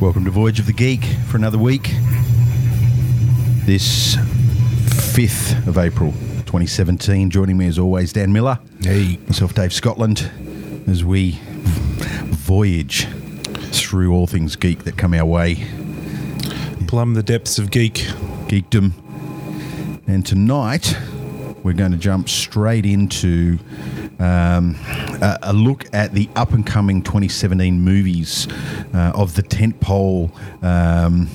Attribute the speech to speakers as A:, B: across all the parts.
A: Welcome to Voyage of the Geek for another week. This 5th of April 2017. Joining me as always, Dan Miller.
B: Hey.
A: Myself, Dave Scotland, as we voyage through all things geek that come our way.
B: Plumb the depths of geek.
A: geekdom. And tonight, we're going to jump straight into um, a, a look at the up and coming 2017 movies uh, of the tentpole um,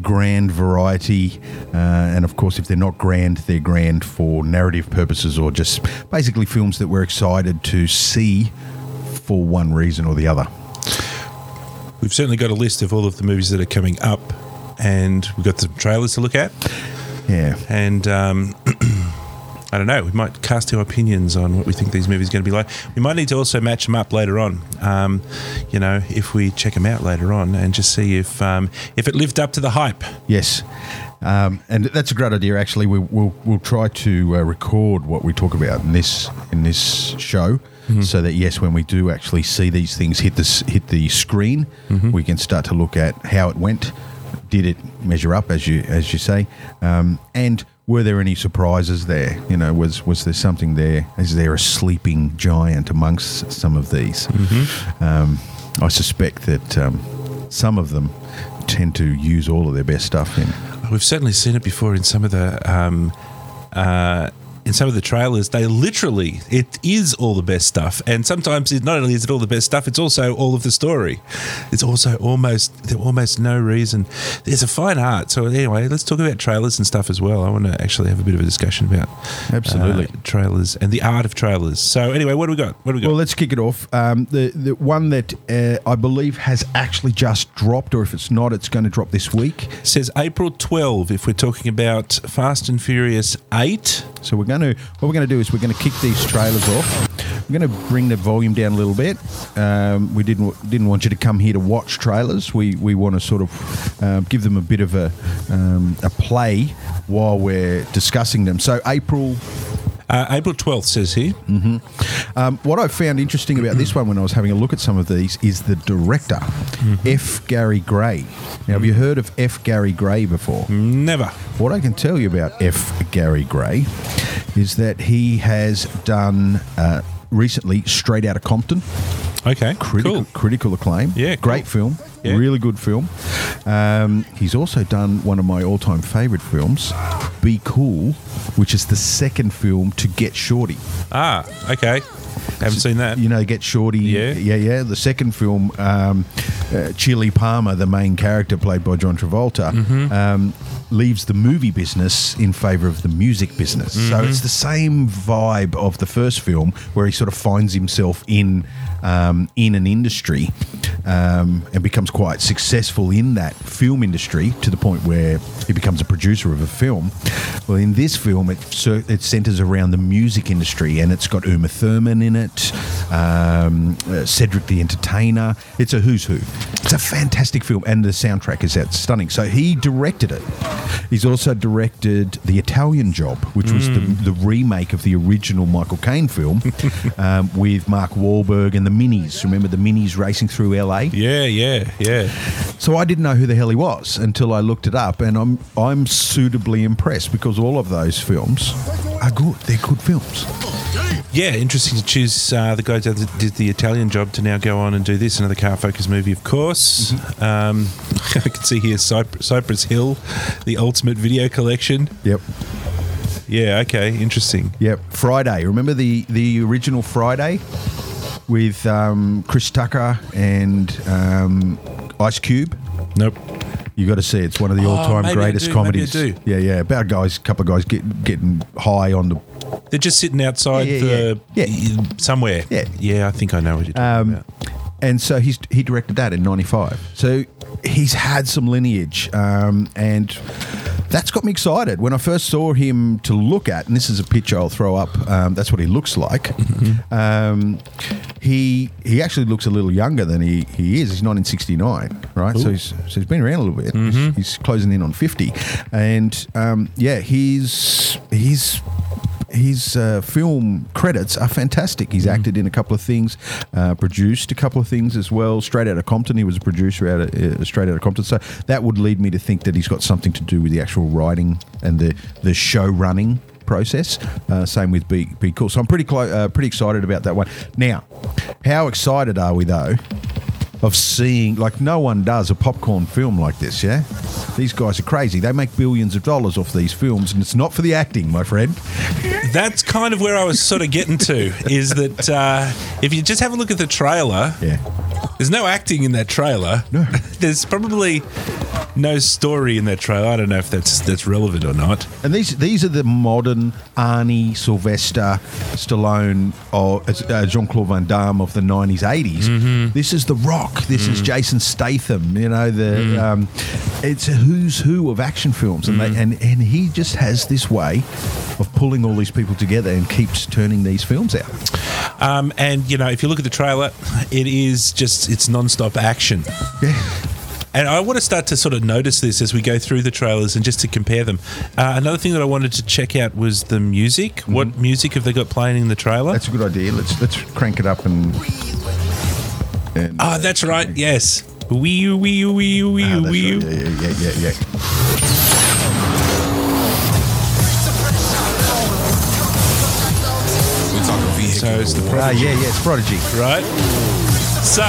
A: grand variety. Uh, and of course, if they're not grand, they're grand for narrative purposes or just basically films that we're excited to see for one reason or the other.
B: We've certainly got a list of all of the movies that are coming up, and we've got some trailers to look at.
A: Yeah.
B: And um, I don't know, we might cast our opinions on what we think these movies are going to be like. We might need to also match them up later on, um, you know, if we check them out later on and just see if um, if it lived up to the hype.
A: Yes. Um, and that's a great idea. Actually, we, we'll we'll try to uh, record what we talk about in this in this show, so that yes, when we do actually see these things hit the s- hit the screen, we can start to look at how it went, did it measure up as you as you say, um, and were there any surprises there? You know, was was there something there? Is there a sleeping giant amongst some of these? Um, I suspect that um, some of them tend to use all of their best stuff in.
B: We've certainly seen it before in some of the um, uh, in some of the trailers. They literally it is all the best stuff, and sometimes it, not only is it all the best stuff, it's also all of the story. It's also almost there almost no reason. There's a fine art. So anyway, let's talk about trailers and stuff as well. I want to actually have a bit of a discussion about
A: Absolutely.
B: uh, trailers and the art of trailers. So anyway, what do we got? What do we got?
A: Well, let's kick it off. Um, the the one that uh, I believe has actually just dropped, or if it's not, it's going to drop this week.
B: It says April 12 if we're talking about Fast and Furious 8.
A: So we're going to what we're going to do is we're going to kick these trailers off. We're going to bring the volume down a little bit. Um, we didn't didn't want you to come here to watch trailers. We we want to sort of um, give them a bit of a um, a play while we're discussing them. So April
B: Uh, April 12th says here.
A: Mm. Um, what I found interesting about this one when I was having a look at some of these is the director,
B: Mm-hmm.
A: F. Gary Gray. Now, have you heard of F. Gary Gray before?
B: Mm. Never.
A: What I can tell you about F. Gary Gray is that he has done uh, recently Straight Outta Compton,
B: Okay.
A: critical,
B: Cool.
A: critical acclaim.
B: Yeah, cool.
A: great film,
B: Yeah.
A: really good film. Um, he's also done one of my all-time favourite films, Be Cool, which is the second film to Get Shorty.
B: Ah, okay. Haven't seen that.
A: you know, Get Shorty.
B: Yeah.
A: yeah, yeah. The second film, um, uh, Chili Palmer, the main character played by John Travolta,
B: Mm-hmm.
A: um, leaves the movie business in favor of the music business.
B: Mm-hmm.
A: So it's the same vibe of the first film, where he sort of finds himself in um, in an industry um, and becomes quite successful in that film industry to the point where he becomes a producer of a film. Well, in this film, it cer- it centers around the music industry, and it's got Uma Thurman in it, um, uh, Cedric the Entertainer. It's a who's who. It's a fantastic film, and the soundtrack is out stunning. So he directed it. He's also directed The Italian Job, which was the, the remake of the original Michael Caine film um, with Mark Wahlberg and the Minis. Remember the Minis racing through LA?
B: Yeah, yeah, yeah.
A: So I didn't know who the hell he was until I looked it up, and I'm I'm suitably impressed because all of those films are good. They're good films.
B: Yeah, interesting to choose uh, the guy that did the Italian job to now go on and do this. Another car focused movie, of course.
A: Mm-hmm.
B: Um, I can see here Cypress, Cypress Hill, the ultimate video collection.
A: Yep,
B: Yeah, okay, interesting.
A: yep. Friday. Remember the the original Friday? with um, Chris Tucker and um, Ice Cube.
B: Nope.
A: You got to see it. it's one of the all-time
B: Oh, maybe I
A: greatest
B: do, maybe I
A: comedies.
B: do.
A: Yeah, yeah, about guys, a couple of guys get, getting high on the.
B: They're just sitting outside
A: Yeah,
B: the
A: yeah, yeah.
B: somewhere.
A: Yeah. Um,
B: yeah, I think I know what you're talking about.
A: And so he's he directed that in '95. So he's had some lineage, um, and that's got me excited. When I first saw him to look at, and this is a picture I'll throw up. Um, that's what he looks like. Um, he he actually looks a little younger than he, he is. He's 1969, right? So he's, so he's been around a little bit. He's, he's closing in on 50, and um, yeah, he's he's his uh, film credits are fantastic. He's acted in a couple of things, uh, produced a couple of things as well. Straight out of Compton, he was a producer out of uh, Straight out of Compton. So that would lead me to think that he's got something to do with the actual writing and the the show running process. Uh, same with Be Be Cool. So I'm pretty clo- uh, pretty excited about that one. Now, how excited are we though? Of seeing, like no one does a popcorn film like this, yeah? These guys are crazy. They make billions of dollars off these films, and it's not for the acting, my friend.
B: That's kind of where I was sort of getting to is that uh, if you just have a look at the trailer,
A: Yeah.
B: there's no acting in that trailer.
A: No.
B: there's probably no story in that trailer. I don't know if that's that's relevant or not.
A: And these these are the modern Arnie, Sylvester, Stallone, or uh, Jean Claude Van Damme of the nineties, This is The Rock. This is Jason Statham. You know the um, it's a who's who of action films, and they, and and he just has this way of pulling all these people together and keeps turning these films out.
B: Um, and you know, if you look at the trailer, it is just it's non-stop action. And I want to start to sort of notice this as we go through the trailers and just to compare them. Uh, another thing that I wanted to check out was the music. What music have they got playing in the
A: Mm-hmm.
B: trailer?
A: That's a good idea. Let's let's crank it up and. and
B: Ah, that's right. Yes. Wee wee wee
A: Ah,
B: wee
A: that's right.
B: wee.
A: Yeah, yeah, yeah, yeah, yeah.
C: We're talking
B: So
C: vehicular
B: it's the
C: war.
A: Ah, yeah, yeah. It's Prodigy.
B: right? So,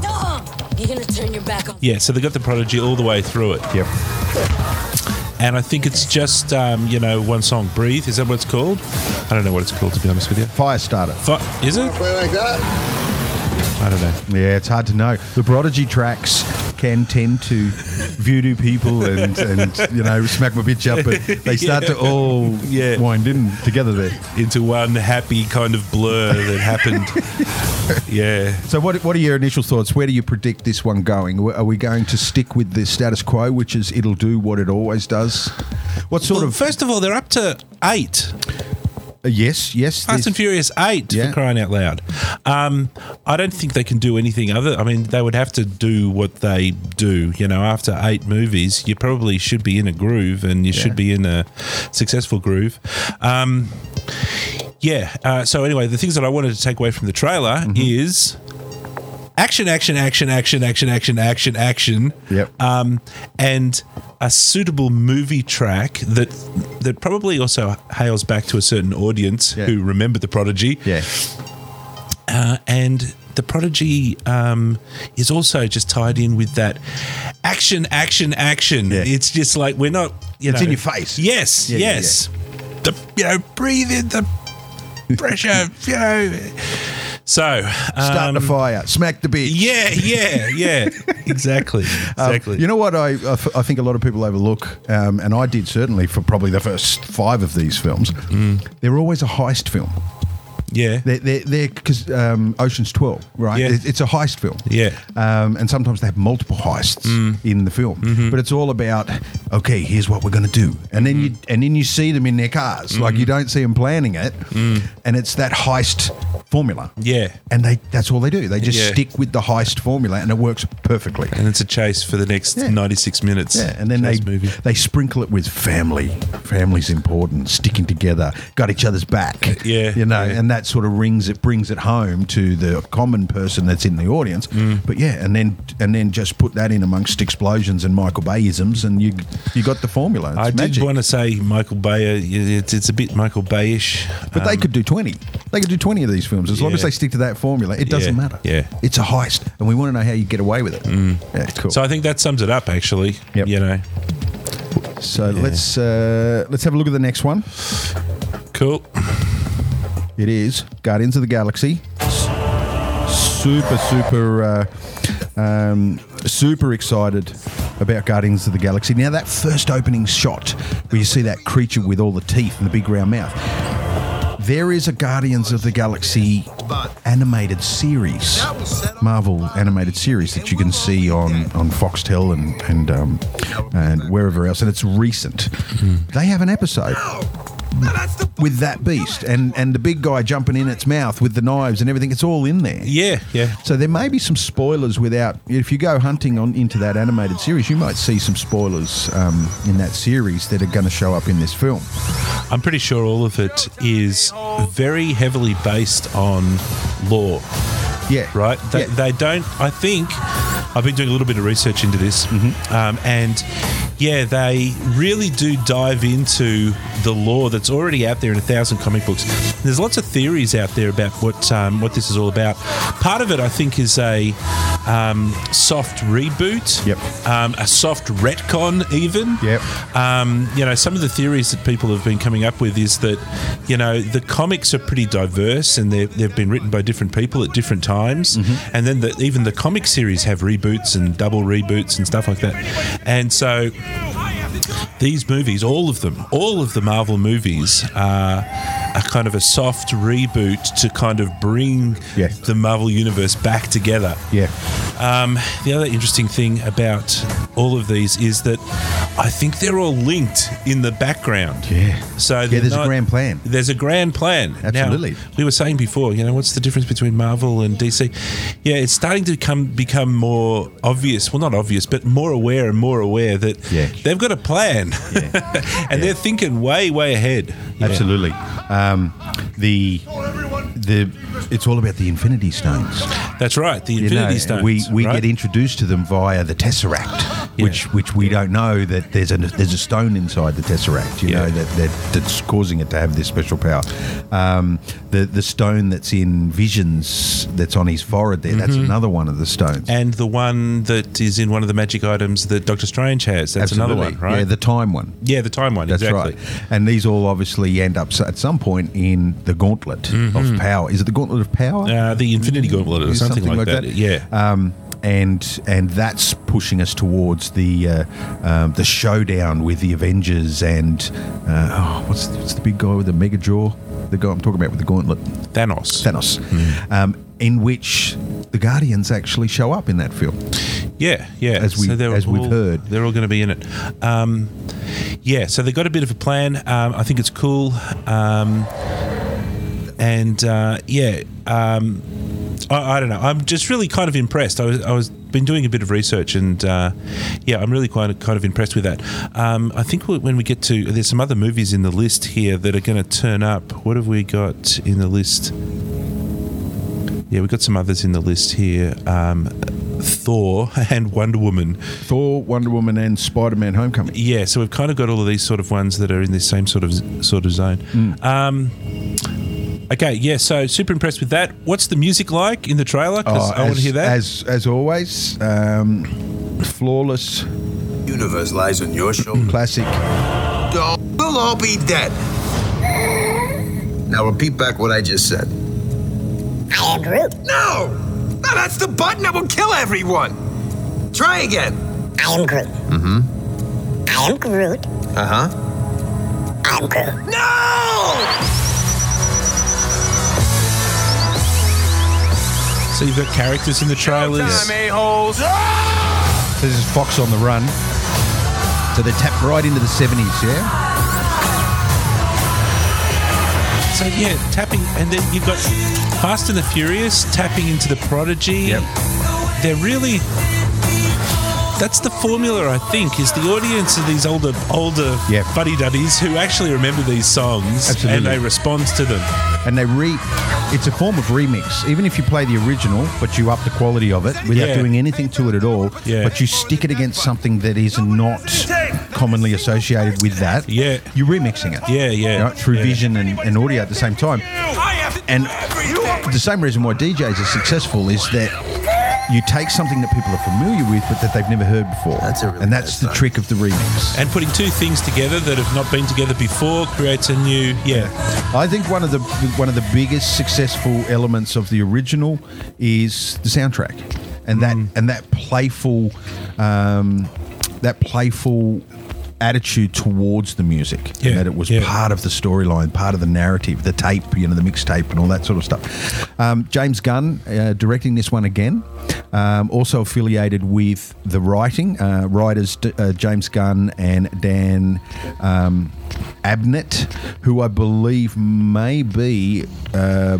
D: Duh! You're gonna turn your back on.
B: yeah, so they got the Prodigy all the way through it.
A: Yep.
B: And I think it's just, um, you know, one song, Breathe. Is that what it's called? I don't know what it's called, to be honest with you.
A: Firestarter.
B: Fi is it?
E: Play like that?
B: I don't know.
A: Yeah, it's hard to know. The Prodigy tracks can tend to voodoo people and, and you know, smack my bitch up, but they start to all
B: Yeah.
A: wind in together there.
B: Into one happy kind of blur that happened. yeah.
A: So, what, what are your initial thoughts? Where do you predict this one going? W- Are we going to stick with the status quo, which is it'll do what it always does? What sort
B: Well,
A: of.
B: first of all, they're up to eight.
A: uh, yes, yes.
B: Fast
A: this-
B: and Furious Eight
A: Yeah.
B: for crying out loud. Um, I don't think they can do anything other. I mean, they would have to do what they do. You know, after eight movies, you probably should be in a groove, and you should be in a successful groove. Um, yeah. Uh, so anyway, the things that I wanted to take away from the trailer
A: Mm-hmm.
B: is. Action, action, action, action, action, action, action, action.
A: Yep.
B: Um, and a suitable movie track that that probably also hails back to a certain audience
A: Yeah.
B: who remember the Prodigy.
A: yeah.
B: Uh, and the Prodigy um, is also just tied in with that action, action, action.
A: Yeah.
B: It's just like we're not. You
A: It's
B: know-
A: in your face.
B: Yes.
A: Yeah, yeah,
B: yes. The you know breathe in the pressure. you know. So
A: Start the
B: um,
A: fire. Smack the bitch.
B: Yeah, yeah, yeah. exactly.
A: Um,
B: Exactly.
A: You know what I, I f- I think a lot of people overlook, um, and I did certainly for probably the first five of these films.
B: Mm.
A: They're always a heist film.
B: yeah.
A: They're because they're, 'cause, um, Ocean's Twelve, right?
B: Yeah.
A: It- It's a heist film.
B: Yeah. Mm.
A: Um, and sometimes they have multiple heists in the film,
B: Mm-hmm.
A: but it's all about okay, here's what we're going to do, and then you
B: Mm.
A: and then you see them in their cars, like
B: Mm-hmm.
A: you don't see them planning it, and it's that heist formula.
B: Mm. Yeah.
A: And they that's all they do. They just
B: Yeah.
A: stick with the heist formula, and it works perfectly.
B: and it's a chase for the next
A: Yeah.
B: 96 minutes.
A: Yeah, and then they
B: Chase movie.
A: they sprinkle it with family. Family's important. Sticking together, got each other's back.
B: Uh, Yeah,
A: you know,
B: yeah.
A: and that sort of rings it brings it home to the common person that's in the audience.
B: Mm.
A: But yeah, and then and then just put that in amongst explosions and Michael Bayisms, and you you got the formula. It's
B: I
A: magic.
B: did want to say Michael Bay. uh, It's, it's a bit Michael Bayish.
A: but they could do twenty. They could do twenty of these films as long
B: um, Yeah.
A: as they stick to that formula. It doesn't
B: Yeah,
A: matter.
B: yeah. Mm.
A: it's a heist, and we want to know how you get away with it. Yeah, cool.
B: So I think that sums it up, actually.
A: Yep.
B: You know,
A: so let's uh, let's have a look at the next one.
B: cool.
A: It is Guardians of the Galaxy. S- Super, super, uh, um, super excited about Guardians of the Galaxy. Now, that first opening shot where you see that creature with all the teeth and the big round mouth. There is a Guardians of the Galaxy animated series, Marvel animated series that you can see on, on Foxtel and and um, and wherever else, and it's recent. They have an episode with that beast and and the big guy jumping in its mouth with the knives and everything. It's all in there.
B: Yeah, yeah.
A: So there may be some spoilers without. If you go hunting on into that animated series, you might see some spoilers um, in that series that are going to show up in this film.
B: I'm pretty sure all of it is very heavily based on law,
A: Yeah.
B: right? They,
A: Yeah.
B: they don't, I think, I've been doing a little bit of research into this,
A: Mm-hmm.
B: um, and yeah, they really do dive into the law that's already out there in a thousand comic books. There's lots of theories out there about what um, what this is all about. Part of it, I think, is a um, soft reboot,
A: Yep.
B: um, a soft retcon, even.
A: Yep.
B: Um, you know, some of the theories that people have been coming up with is that, you know, the comics are pretty diverse and they're- they've been written by different people at different times. And then the, even the comic series have reboots and double reboots and stuff like that. And so these movies, all of them, all of the Marvel movies are a kind of a soft reboot to kind of bring
A: Yeah.
B: the Marvel universe back together.
A: Yeah.
B: Um, the other interesting thing about all of these is that I think they're all linked in the background.
A: Yeah.
B: So
A: Yeah, there's a grand plan.
B: There's a grand plan. Now,
A: Absolutely.
B: we were saying before, you know, what's the difference between Marvel and DC? Yeah, it's starting to come become more obvious. Well, not obvious, but more aware and more aware that
A: Yeah.
B: they've got a plan, and they're thinking way, way ahead. Yeah.
A: Absolutely. Um, the the it's all about the Infinity Stones.
B: That's right. The
A: You
B: Infinity
A: know,
B: Stones.
A: We we
B: right?
A: get introduced to them via the Tesseract, which which we don't know that there's a there's a stone inside the Tesseract. You
B: Yeah.
A: know that, that that's causing it to have this special power. Um, the the stone that's in Visions that's on his forehead there. That's another one of the stones.
B: Mm-hmm. And the one that is in one of the magic items that Doctor Strange has. That's another
A: Absolutely.
B: one, right?
A: Yeah, the time one.
B: Yeah, the time one.
A: That's
B: exactly.
A: right. And these all obviously end up s- at some point in the gauntlet
B: Mm-hmm.
A: of power. Is it the gauntlet of power?
B: Uh, the Infinity Gauntlet or something, like, that. Yeah.
A: Um, and and that's pushing us towards the uh, um, the showdown with the Avengers and uh, oh, what's what's the big guy with the mega jaw? The guy I'm talking about with the gauntlet,
B: Thanos.
A: Thanos,
B: Hmm.
A: um, in which the Guardians actually show up in that film.
B: Yeah, yeah.
A: As we-
B: they're
A: as we've
B: all-
A: heard.
B: they're all going to be in it. Um, yeah, so they've got a bit of a plan. Um, I think it's cool. Um, and uh, yeah, um, I, I don't know. I'm just really kind of impressed. I was, I was been doing a bit of research, and uh, yeah, I'm really quite kind of impressed with that. Um, I think when we get to there's some other movies in the list here that are going to turn up. What have we got in the list? Yeah, we've got some others in the list here. Um, Thor and Wonder Woman.
A: Thor, Wonder Woman, and Spider Man: Homecoming.
B: Yeah, so we've kind of got all of these sort of ones that are in this same sort of sort of zone.
A: Mm.
B: Um, okay, yeah. So super impressed with that. What's the music like in the trailer? 'Cause I want to
A: Oh, as,
B: hear that.
A: As as always, um, flawless,
C: universe lies on your shoulders.
A: classic.
C: We'll all be dead. Now repeat back what I just said.
E: I am Groot.
C: No! No, that's the button that will kill everyone! Try again.
E: I am Groot. Mm-hmm. I am Groot.
C: Uh-huh.
E: I am Groot.
C: No!
B: so you've got characters in the trailers.
C: a-holes!
A: This is Fox on the Run. So they tap right into the seventies. Yeah.
B: So yeah, tapping, and then you've got Fast and the Furious tapping into the Prodigy.
A: Yep.
B: They're really. That's the formula, I think, is the audience of these older, older
A: Yep.
B: buddy duddies who actually remember these songs and
A: Absolutely.
B: they respond to them.
A: and they re it's a form of remix even if you play the original but you up the quality of it without
B: Yeah.
A: doing anything to it at all
B: Yeah.
A: but you stick it against something that is not commonly associated with that
B: Yeah.
A: you're remixing it
B: Yeah, yeah,
A: right? through
B: yeah.
A: vision and, and audio at the same time and the same reason why DJs are successful is that you take something that people are familiar with, but that they've never heard before.
F: That's a really
A: and
F: bad
A: that's the
F: sign.
A: trick of the remix.
B: And putting two things together that have not been together before creates a new, yeah.
A: I think one of the one of the biggest successful elements of the original is the soundtrack, and that and that playful, um, that playful attitude towards the music
B: Yeah,
A: and that it was
B: yeah.
A: part of the storyline part of the narrative the tape you know the mixtape and all that sort of stuff um, james gunn uh, directing this one again um, also affiliated with the writing uh, writers D- uh, james gunn and dan um, abnett who i believe may be uh,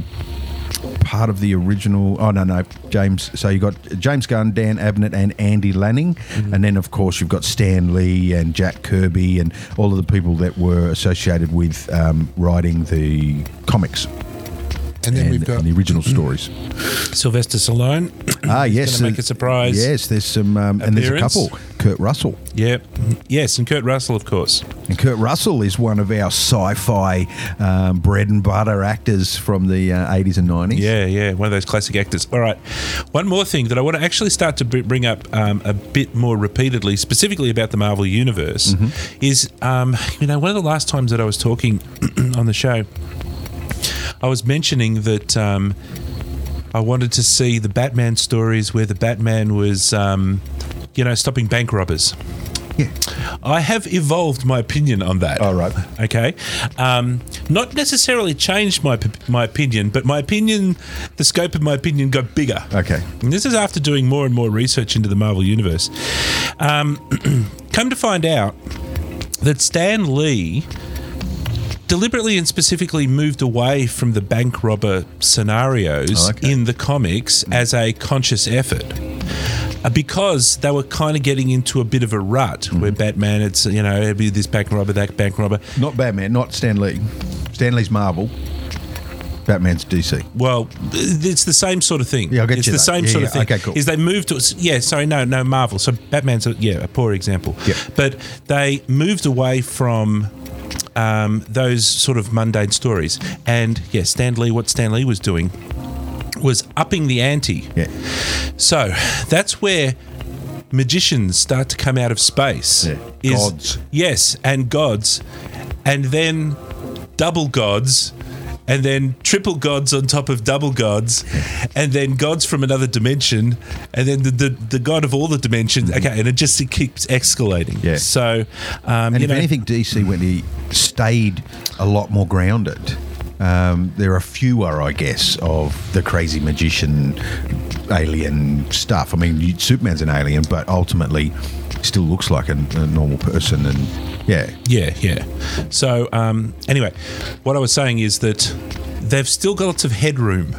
A: part of the original. Oh no, no, James. So you got James Gunn, Dan Abnett, and Andy Lanning,
B: Mm-hmm.
A: and then of course you've got Stan Lee and Jack Kirby and all of the people that were associated with um, writing the comics
G: And then
A: and,
G: we've got
A: and the original stories.
B: Sylvester Stallone.
A: ah, yes,
B: Mm-hmm. gonna make a surprise
A: Yes, there's some, um, and there's a
B: appearance.
A: couple. Kurt Russell.
B: Yeah. Yes, and Kurt Russell, of course.
A: And Kurt Russell is one of our sci-fi um, bread and butter actors from the uh, 80s and 90s.
B: Yeah, yeah, one of those classic actors. All right, one more thing that I want to actually start to br- bring up um, a bit more repeatedly, specifically about the Marvel Universe,
A: Mm-hmm.
B: is um, you know one of the last times that I was talking on the show, I was mentioning that um, I wanted to see the Batman stories where the Batman was, um, you know, stopping bank robbers.
A: Yeah.
B: I have evolved my opinion on that.
A: All right.
B: Okay. Um, not necessarily changed my p- my opinion, but my opinion, the scope of my opinion got bigger.
A: Okay.
B: And this is after doing more and more research into the Marvel Universe. Um, come to find out that Stan Lee deliberately and specifically moved away from the bank robber scenarios
A: Oh, okay.
B: in the comics as a conscious effort uh, because they were kind of getting into a bit of a rut
A: Mm-hmm.
B: where Batman, it's, you know, it'd be this bank robber, that bank robber.
A: Not Batman, not Stan Lee. Stan Lee's Marvel. Batman's DC.
B: Well, it's the same sort of thing.
A: Yeah, I'll get
B: it's
A: you
B: the
A: that.
B: same
A: Yeah,
B: sort
A: yeah,
B: of thing.
A: okay, cool.
B: Is they moved to yeah? Sorry, no, no Marvel. So Batman's a, yeah a poor example.
A: Yeah.
B: but they moved away from. Um, those sort of mundane stories, and yeah, Stan Lee. What Stan Lee was doing was upping the ante.
A: Yeah.
B: So that's where magicians start to come out of space.
A: Yeah. Gods.
B: Yes, and gods. And then double gods. And then triple gods on top of double gods, and then gods from another dimension, and then the, the, the god of all the dimensions. Okay, and it just it keeps escalating.
A: Mm-hmm. Yeah.
B: So, um,
A: And
B: you
A: if
B: know,
A: anything, DC when he stayed a lot more grounded. Um, there are fewer, I guess, of the crazy magician, alien stuff. I mean, you, Superman's an alien, but ultimately, still looks like a, a normal person. And yeah,
B: Yeah, yeah. So, um, anyway, what I was saying is that they've still got lots of headroom,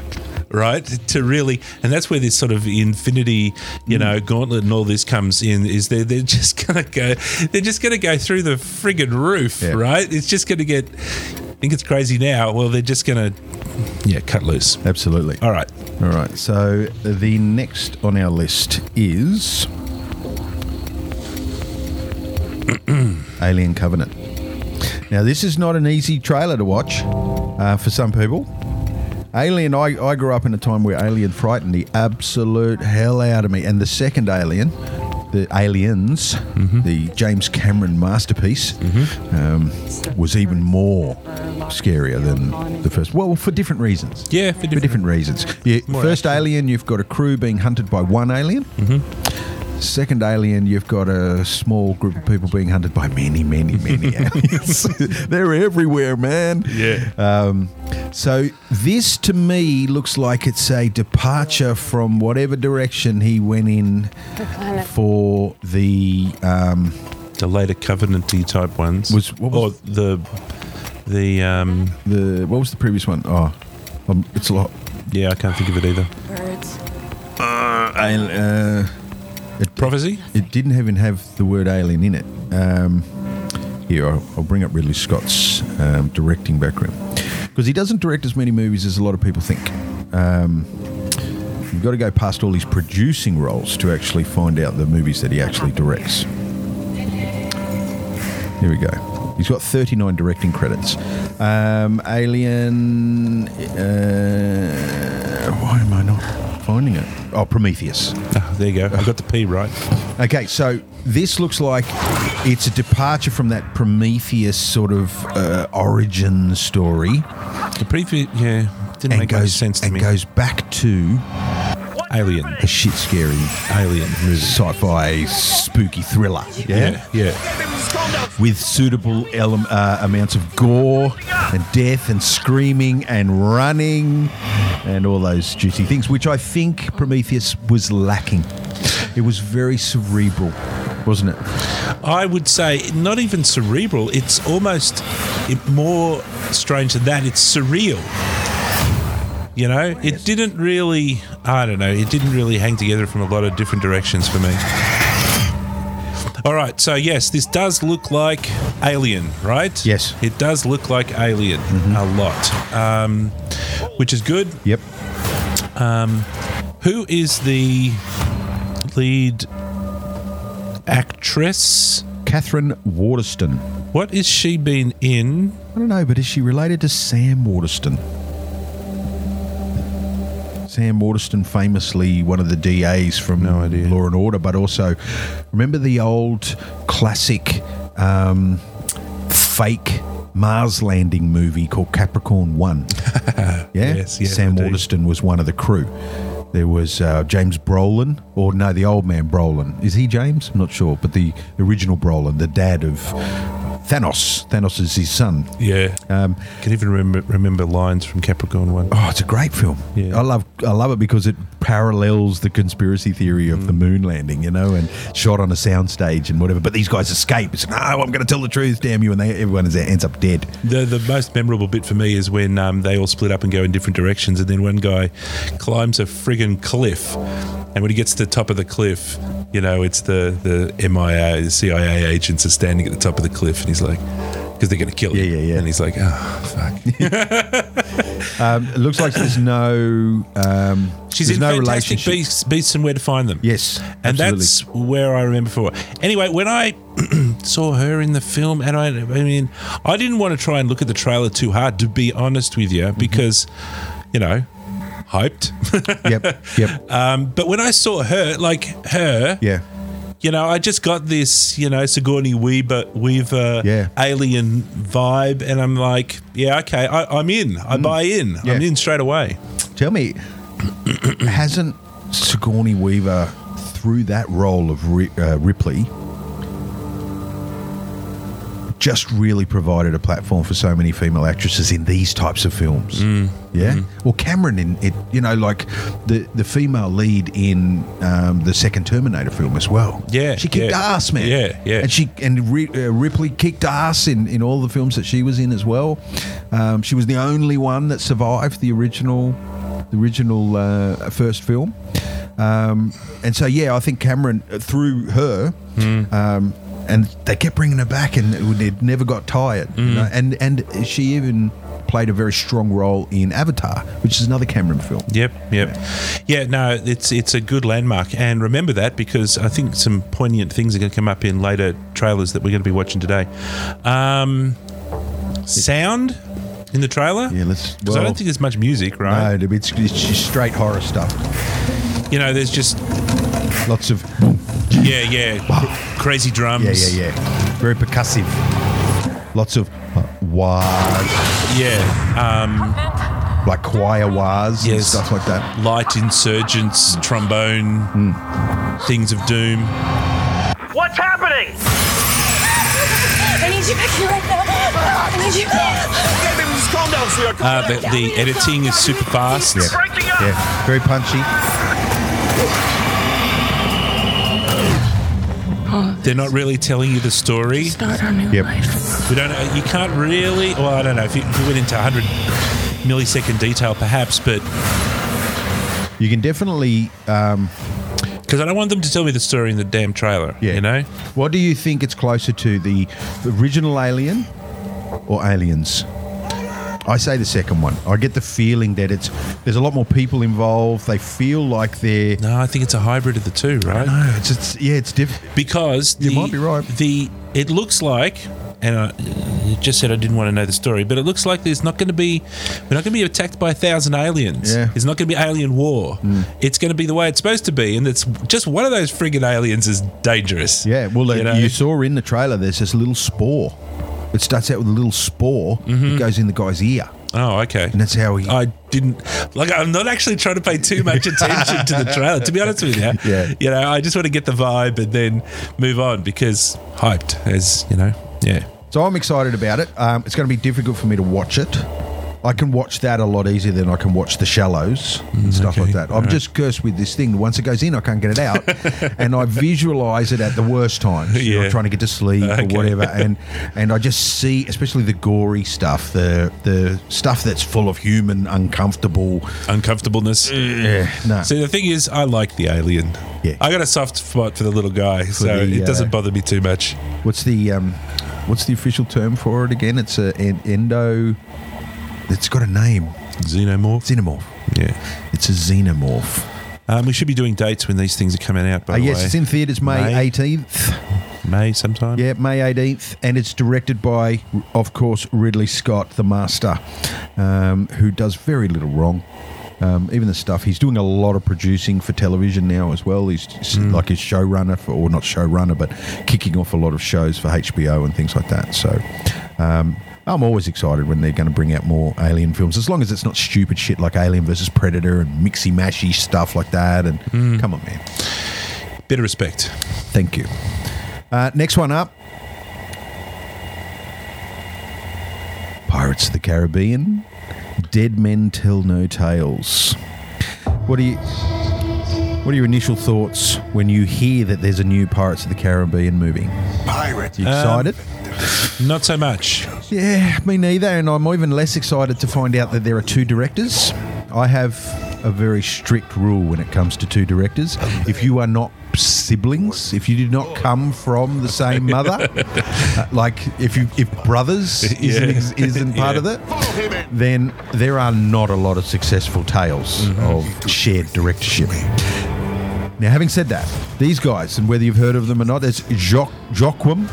B: right? To really, and that's where this sort of infinity, you
A: Mm.
B: know, gauntlet and all this comes in. Is they're they're just gonna go, they're just gonna go through the friggin' roof,
A: Yeah.
B: right? It's just gonna get. I think it's crazy now. Well, they're just gonna, yeah, cut loose.
A: absolutely.
B: All right.
A: All right. So the next on our list is Alien Covenant. Now, this is not an easy trailer to watch uh, for some people. Alien, I, I grew up in a time where Alien frightened the absolute hell out of me. And the second Alien, the Aliens, the James Cameron masterpiece, um, was even more scarier than the first. Well, for different reasons.
B: Yeah, for
A: for different
B: different
A: different reasons. Yeah,
B: More
A: first alien, you've got a crew being hunted by one alien.
B: Mm-hmm.
A: Second alien, you've got a small group of people being hunted by many, many, many aliens. They're everywhere, man.
B: Yeah.
A: Um, so this to me looks like it's a departure from whatever direction he went in for the. Um,
B: The later Covenanty type ones
A: Was- what was-
B: or the the um
A: the what was the previous one? Oh, um, it's a lot.
B: yeah I can't think of it either.
D: Birds.
A: Uh, it,
B: Prophecy.
A: It didn't even have the word alien in it. Um, here, I'll, I'll bring up Ridley Scott's um, directing background because he doesn't direct as many movies as a lot of people think. Um, you've got to go past all his producing roles to actually find out the movies that he actually directs. Here we go. He's got 39 directing credits. Um, Alien. Uh, why am I not finding it? Oh, Prometheus.
B: Oh, there you go. I got the P right.
A: Okay, so this looks like it's a departure from that Prometheus sort of uh, origin story,
B: The preview, yeah, didn't
A: and
B: make any
A: goes
B: sense to
A: and
B: me.
A: goes back to
B: Alien,
A: a shit scary
B: Alien movie.
A: sci-fi spooky thriller.
B: Yeah, yeah.
A: with suitable ele- uh, amounts of gore and death and screaming and running and all those juicy things, which I think Prometheus was lacking. It was very cerebral, wasn't it?
B: I would say not even cerebral. It's almost it, more strange than that. It's surreal. You know, it didn't really. I don't know. It didn't really hang together from a lot of different directions for me. All right, so yes, this does look like Alien, right?
A: Yes.
B: it does look like Alien a lot, um, which is good.
A: Yep.
B: Who is the lead actress?
A: Catherine Waterston.
B: What is she been in?
A: I don't know, but is she related to Sam Waterston? Sam Waterston, famously one of the DAs from no idea. Law and Order, but also remember the old classic um, fake Mars landing movie called Capricorn One. yeah,
B: Yes, yes,
A: Sam
B: I do.
A: Waterston was one of the crew. There was uh, James Brolin, or no, the old man Brolin. Is he James? I'm not sure, but the original Brolin, the dad of Thanos. Thanos is his son.
B: Yeah.
A: Um,
B: Can even remember, remember lines from Capricorn One.
A: Oh, it's a great film.
B: Yeah.
A: I love I love it because it parallels the conspiracy theory of the moon landing, you know, and shot on a soundstage and whatever. But these guys escape. It's no, I'm going to tell the truth, damn you! And they, everyone is, ends up dead.
B: The the most memorable bit for me is when um, they all split up and go in different directions, and then one guy climbs a friggin' cliff, and when he gets to the top of the cliff, you know, it's the the MIA, the CIA agents are standing at the top of the cliff, and he's like. Because they're going to kill him.
A: Yeah, yeah, yeah.
B: And he's like, oh, fuck.
A: Um, it looks like there's no um,
B: She's
A: there's
B: in
A: no
B: Fantastic
A: relationship.
B: Beasts, Beasts and Where to Find Them.
A: Yes,
B: and
A: absolutely.
B: that's where I remember for. Anyway, when I saw her in the film, and I, I mean, I didn't want to try and look at the trailer too hard, to be honest with you,
A: Mm-hmm.
B: because, you know, hyped.
A: yep, yep,
B: um, but when I saw her, like her,
A: yeah.
B: you know, I just got this, you know, Sigourney Weaver, Weaver
A: Yeah.
B: alien vibe, and I'm like, yeah, okay, I, I'm in, I buy in,
A: Mm. Yeah.
B: I'm in straight away.
A: Tell me, hasn't Sigourney Weaver through that role of Ri- uh, Ripley just really provided a platform for so many female actresses in these types of films?
B: Mm.
A: Yeah.
B: Mm-hmm.
A: Well, Cameron in it, you know, like the the female lead in um, the second Terminator film as well.
B: Yeah,
A: she kicked
B: yeah.
A: ass, man.
B: Yeah, yeah.
A: And she and Ri- uh, Ripley kicked ass in in all the films that she was in as well. Um, she was the only one that survived the original the original uh, first film. Um, and so, yeah, I think Cameron uh, through her, um, and they kept bringing her back, and it, would- it never got tired.
B: Mm.
A: You know? And and she even played a very strong role in Avatar, which is another Cameron film.
B: Yep, yep. Yeah, no, it's it's a good landmark, and remember that because I think some poignant things are going to come up in later trailers that we're going to be watching today. Um, sound in the trailer.
A: Yeah, let's-
B: 'Cause I
A: well-
B: don't think there's much music,
A: No,
B: right?
A: it's, Uh, it's just straight horror stuff.
B: You know, there's just
A: Lots of
B: yeah, yeah, cr- crazy drums.
A: yeah, yeah, yeah. Very percussive. Lots of uh, wahs,
B: yeah.
A: like choir wahs and
B: Yes.
A: stuff like that.
B: Um, light insurgents, trombone,
A: Hmm.
B: things of doom.
F: What's happening?
D: I need you back here right now. I need you.
B: Uh, the, the editing is super fast.
A: Yeah.
F: Breaking up!
A: Yeah, very punchy.
B: They're not really telling you the story.
D: Start our new
A: Yep.
D: life.
B: We don't know. You can't really. Well, I don't know if you, if you went into 100 millisecond detail, perhaps, but
A: You can definitely. Um,
B: because I don't want them to tell me the story in the damn trailer.
A: Yeah.
B: You know?
A: What do you think it's closer to, the original Alien or Aliens? I say the second one. I get the feeling that it's there's a lot more people involved. They feel like they're
B: No, I think it's a hybrid of the two, right?
A: no, it's, it's yeah, it's different.
B: Because
A: You
B: the-
A: might be right.
B: The it looks like and I you just said I didn't want to know the story, but it looks like there's not going to be we're not going to be attacked by a thousand aliens.
A: Yeah. Mm.
B: It's not going to be alien war. It's going to be the way it's supposed to be, and it's just one of those friggin' aliens is dangerous.
A: Yeah, well, uh, you,
B: you know?
A: saw in the trailer there's this little spore. It starts out with a little spore that goes in the guy's ear,
B: Mm-hmm. oh, okay.
A: and that's how he.
B: I didn't like. I'm not actually trying to pay too much attention to the trailer. To be honest with you,
A: Yeah.
B: You know, I just want to get the vibe and then move on because hyped as you know. Yeah.
A: so I'm excited about it. Um, it's going to be difficult for me to watch it. I can watch that a lot easier than I can watch The Shallows and stuff
B: Mm, okay.
A: like that. I'm
B: All right.
A: just cursed with this thing. Once it goes in, I can't get it out, and I visualize it at the worst times. you know,
B: Yeah.
A: trying to get to sleep or
B: Okay.
A: whatever, and and I just see, especially the gory stuff, the the stuff that's full of human uncomfortable.
B: Uncomfortableness.
A: Yeah, no.
B: See, the thing is, I like the alien.
A: Yeah.
B: I got a soft spot for the little guy, so
A: the,
B: it doesn't
A: uh,
B: bother me too much.
A: what's the um, what's the official term for it again? It's a an endo. It's got a name.
B: Xenomorph.
A: Xenomorph.
B: Yeah.
A: It's a xenomorph.
B: Um, we should be doing dates when these things are coming out, by
A: Uh,
B: the
A: yes,
B: way.
A: it's in theaters May
B: May.
A: eighteenth.
B: May sometime.
A: Yeah, May eighteenth, and it's directed by, of course, Ridley Scott, the master, um, who does very little wrong. Um, even the stuff he's doing a lot of producing for television now as well. He's s-
B: Hmm.
A: like his showrunner for, or not showrunner, but kicking off a lot of shows for HBO and things like that. So. Um, I'm always excited when they're going to bring out more alien films, as long as it's not stupid shit like Alien versus Predator and mixy mashy stuff like that. And
B: Hmm.
A: come on, man,
B: Bit of respect.
A: Thank you. Uh, next one up Pirates of the Caribbean, Dead Men Tell No Tales. What are you. What are your initial thoughts when you hear that there's a new Pirates of the Caribbean movie? Pirates. You excited?
B: Not so much.
A: yeah, me neither. And I'm even less excited to find out that there are two directors. I have a very strict rule when it comes to two directors. If you are not siblings, if you did not come from the same mother, uh, like if you if brothers isn't, ex- isn't part of it, then there are not a lot of successful tales of shared directorship. Now, having said that, these guys, and whether you've heard of them or not, it's Joc- Joquim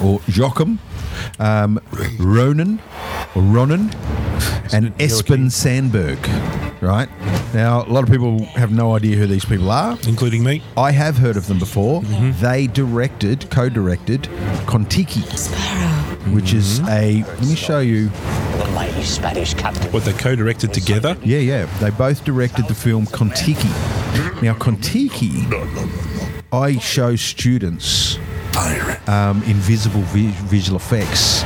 A: or Joachim, um, Ronan or Ronan, and Espen Sandberg. Right now, a lot of people have no idea who these people are.
B: Including me.
A: I have heard of them before. They directed, co-directed Contiki, which is a. Let me show you.
B: What they co-directed together.
A: Yeah, yeah. They both directed the film Contiki. Now, Contiki, I show students um, invisible vi- visual effects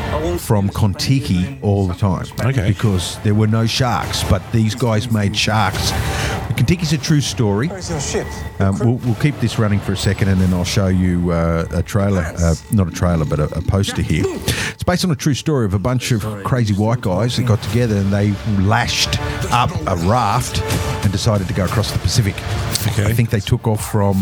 A: from Contiki all the time.
B: Okay.
A: Because there were no sharks, but these guys made sharks. Contiki's a true story. Um, we'll, we'll keep this running for a second and then I'll show you uh, a trailer, uh, not a trailer, but a, a poster here. It's based on a true story of a bunch of crazy white guys that got together and they lashed up a raft and decided to go across the Pacific.
B: Okay.
A: I think they took off from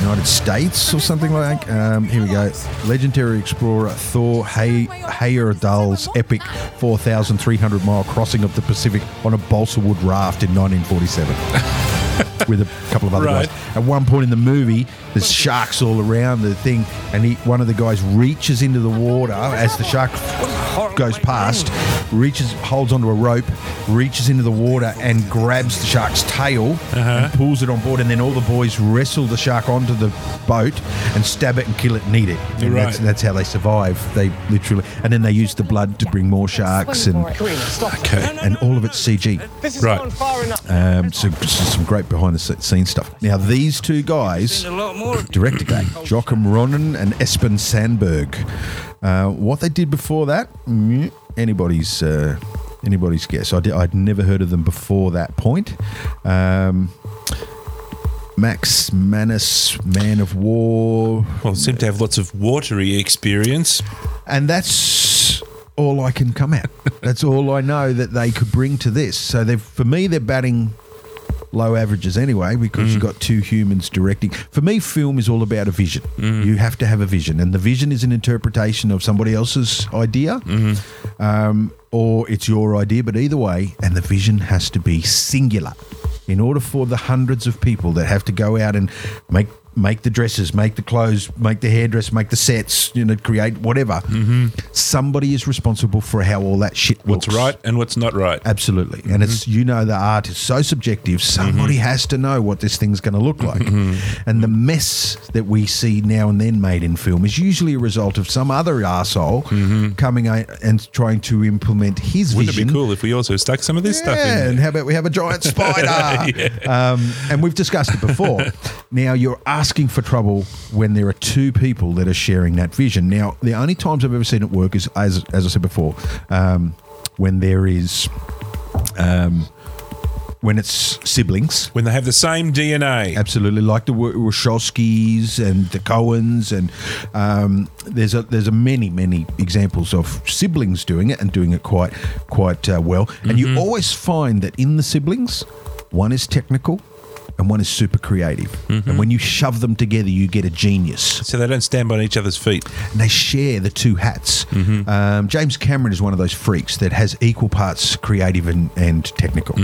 A: United States or something like. Um, here we go. Legendary explorer Thor Hey- Heyerdahl's epic 4,300 mile crossing of the Pacific on a balsa wood raft in 1947. With a couple of other
B: Right.
A: guys. At one point in the movie, there's sharks all around the thing, and he, one of the guys reaches into the water as the shark goes past, reaches, holds onto a rope, reaches into the water and grabs the shark's tail
B: Uh-huh.
A: and pulls it on board, and then all the boys wrestle the shark onto the boat and stab it and kill it and eat it. And
B: Right.
A: that's, that's how they survive. They literally, and then they use the blood to bring more sharks and
B: Okay.
A: and all of it's CG.
B: Right.
A: Um, so, so some great behind the scenes stuff. Now these two guys directed that Joachim Ronan and Espen Sandberg. Uh, what they did before that, mm, anybody's uh, anybody's guess. I did, I'd never heard of them before that point. Um, Max Manus, Man of War,
B: Well, seem to have lots of watery experience.
A: and that's all I can come at. that's all I know that they could bring to this. So they, for me, they're batting low averages anyway because you've got two humans directing. For me, film is all about a vision. You have to have a vision, and the vision is an interpretation of somebody else's idea. Um, or it's your idea, but either way, and the vision has to be singular. In order for the hundreds of people that have to go out and make make the dresses, make the clothes, make the hairdress, make the sets, you know, create whatever. Somebody is responsible for how all that shit
B: What's
A: looks.
B: right and what's not right.
A: Absolutely. And it's,
B: Mm-hmm.
A: you know, the art is so subjective. Somebody has to know what this thing's going to look like.
B: Mm-hmm.
A: And the mess that we see now and then made in film is usually a result of some other asshole coming out and trying to implement his
B: Mm-hmm. Wouldn't it
A: vision.
B: be cool if we also stuck some of this stuff
A: Yeah,
B: in?
A: and how about we have a giant spider? um, and we've discussed it before. now, you're asking for trouble when there are two people that are sharing that vision. Now, the only times I've ever seen it work is, as, as I said before, um, when there is. Um, when it's siblings,
B: When they have the same DNA.
A: Absolutely, like the Wa- Wachowskis and the Cohens, and um, there's a there's a many many examples of siblings doing it and doing it quite quite uh, well. And you always find that in the siblings, one is technical. And one is super creative. And when you shove them together, you get a genius.
B: So they don't stand on each other's feet.
A: And they share the two hats. Um, James Cameron is one of those freaks that has equal parts creative and, and technical.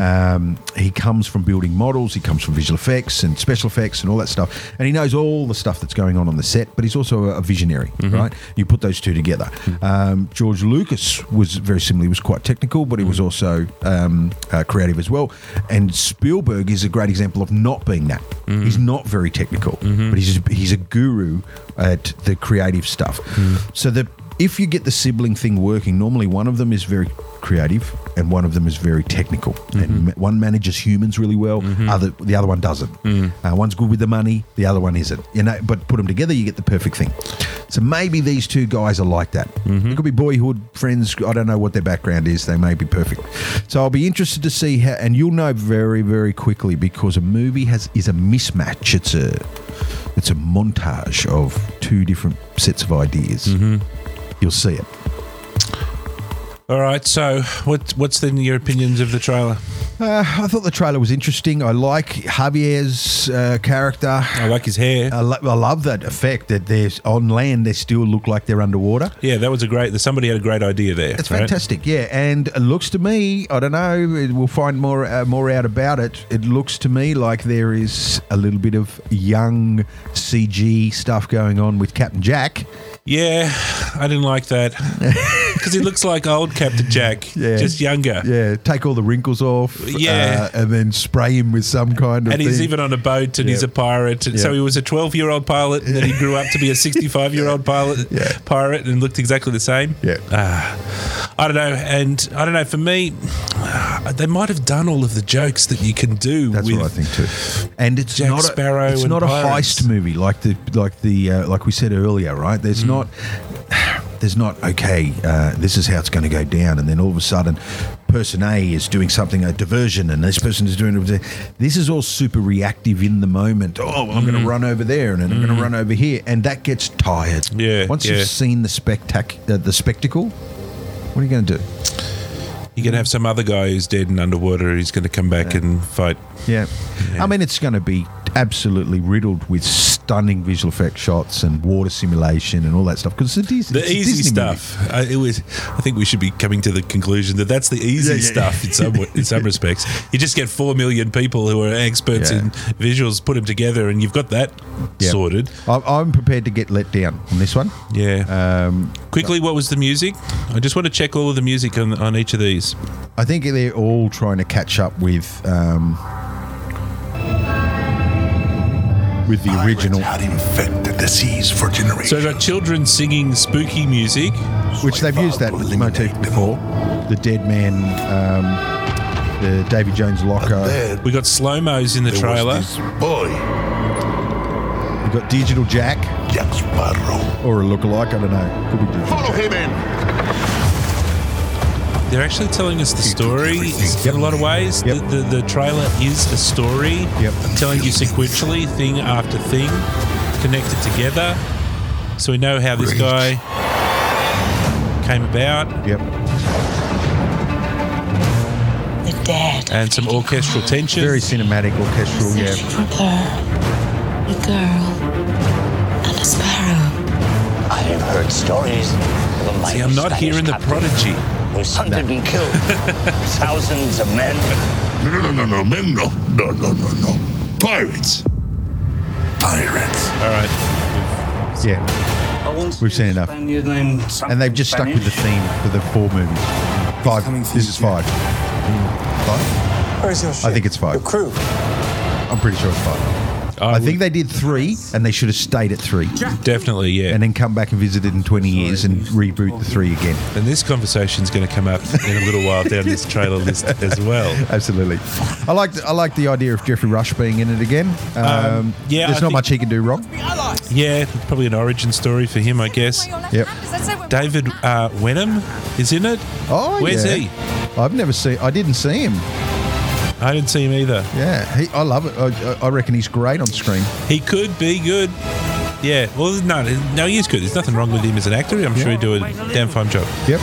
A: Um, he comes from building models, he comes from visual effects and special effects and all that stuff. And he knows all the stuff that's going on on the set, but he's also a, a visionary, right? You put those two together. Um, George Lucas was very similar. He was quite technical, but he was also um, uh, creative as well. And Spielberg is a great example of not being that. He's not very technical, but he's, he's a guru at the creative stuff. So the if you get the sibling thing working, normally one of them is very creative and one of them is very technical. And ma- one manages humans really well, other the other one doesn't. Uh, one's good with the money, the other one isn't. You know, but put them together, you get the perfect thing. So maybe these two guys are like that. It could be boyhood friends. I don't know what their background is. They may be perfect. So I'll be interested to see how, and you'll know very very quickly because a movie has is a mismatch. It's a it's a montage of two different sets of ideas you'll see it.
B: All right. So what what's then your opinions of the trailer?
A: Uh, I thought the trailer was interesting. I like Javier's uh, character.
B: I like his hair.
A: I, lo- I love that effect that they're on land, they still look like they're underwater.
B: yeah, that was a great. Somebody had a great idea there.
A: It's
B: right?
A: fantastic, yeah. And it looks to me, I don't know, it- we'll find more uh, more out about it. It looks to me like there is a little bit of young CG stuff going on with Captain Jack.
B: Yeah, I didn't like that because he looks like old Captain Jack,
A: Yeah.
B: just younger.
A: Yeah, take all the wrinkles off.
B: Yeah.
A: uh, and then spray him with some kind of
B: And he's
A: thing.
B: even on a boat and he's
A: Yeah.
B: a pirate. And So
A: Yeah.
B: he was a 12 year old pilot and then he grew up to be a 65 year old pilot,
A: Yeah.
B: pirate and looked exactly the same.
A: Yeah.
B: Ah, I don't know. And I don't know. For me, they might have done all of the jokes that you can do
A: That's
B: with
A: what I think too. And it's
B: Jack
A: not
B: Sparrow
A: a, it's
B: and
A: not a
B: pirates.
A: heist movie like the like the uh, like we said earlier, right? There's
B: Hmm.
A: not there's not okay. Uh, this is how it's going to go down, and then all of a sudden, person A is doing something a diversion, and this person is doing it. This is all super reactive in the moment. Oh, I'm
B: Hmm.
A: going to run over there, and then I'm going to run over here, and that gets tired.
B: Yeah,
A: Once
B: yeah.
A: you've seen the spectac uh, the spectacle, what are you going to do?
B: You're going to have some other guy who's dead and underwater. He's going to come back and fight.
A: Yeah. I mean, it's going to be absolutely riddled with stunning visual effect shots and water simulation and all that stuff because it is
B: The
A: it's a
B: easy
A: Disney movie.
B: stuff. I, it was. I think we should be coming to the conclusion that that's the easy
A: Yeah, yeah,
B: stuff in some in some respects. You just get four million people who are experts
A: Yeah.
B: in visuals, put them together, and you've got that
A: Yeah.
B: sorted.
A: I- I'm prepared to get let down on this one.
B: Yeah.
A: Um,
B: Quickly, what was the music? I just want to check all of the music on on each of these.
A: I think they're all trying to catch up with um, with the original,
G: had infected the seas for generations.
B: So we've got children singing spooky music.
A: which they've used that motif before. The dead man, um, the Davy Jones locker.
G: There,
B: We got slow mos in the
G: there
B: trailer.
G: was this boy,
A: We've got Digital Jack
G: Jack Sparrow.
A: or a lookalike. I don't know. Could be Digital Jack.
G: him in.
B: They're actually telling us the
G: He took
B: story
G: everything.
B: in a lot of ways.
A: Yep.
B: The, the, the trailer is a story,
A: Yep.
B: telling you sequentially thing after thing, connected together. So we know how this
G: Great.
B: guy came about,
A: Yep.
D: They're dead.
B: and some orchestral tension.
A: Very cinematic, orchestral. Oh, Yeah.
D: Searching for Pearl, a girl, and a sparrow.
H: I have heard stories of a mighty
B: See, I'm not
H: Spanish
B: hearing the
H: captain
B: prodigy.
H: who was hunted and killed. Thousands of men.
G: No, no, no, no, men, no, no, no, no, no. Pirates. pirates.
B: All right.
A: Yeah. We've seen enough. And they've just stuck with the theme for the four movies. Five. This is five. Five?
I: Where's your ship?
A: think it's five.
I: Your crew.
A: I'm pretty sure it's five. I think they did three, and they should have stayed at three.
B: definitely, yeah.
A: And then come back and visit it in 20 years and reboot the three again.
B: And this conversation's going to come up in a little while down this trailer list as well.
A: Absolutely. I like I like the idea of Jeffrey Rush being in it again. Um,
B: yeah,
A: there's not
B: I think-
A: much he can do wrong.
B: Yeah, probably an origin story for him, I guess.
A: Yep.
B: David uh, Wenham is in it.
A: Oh,
B: Where's
A: yeah.
B: he?
A: I've never seen. I didn't see him.
B: I didn't see him either.
A: Yeah, he, I love it. I, I reckon he's great on screen.
B: He could be good. Yeah. Well, no, no, he is good. There's nothing wrong with him as an actor. I'm sure he'd do a damn fine job.
A: Yep.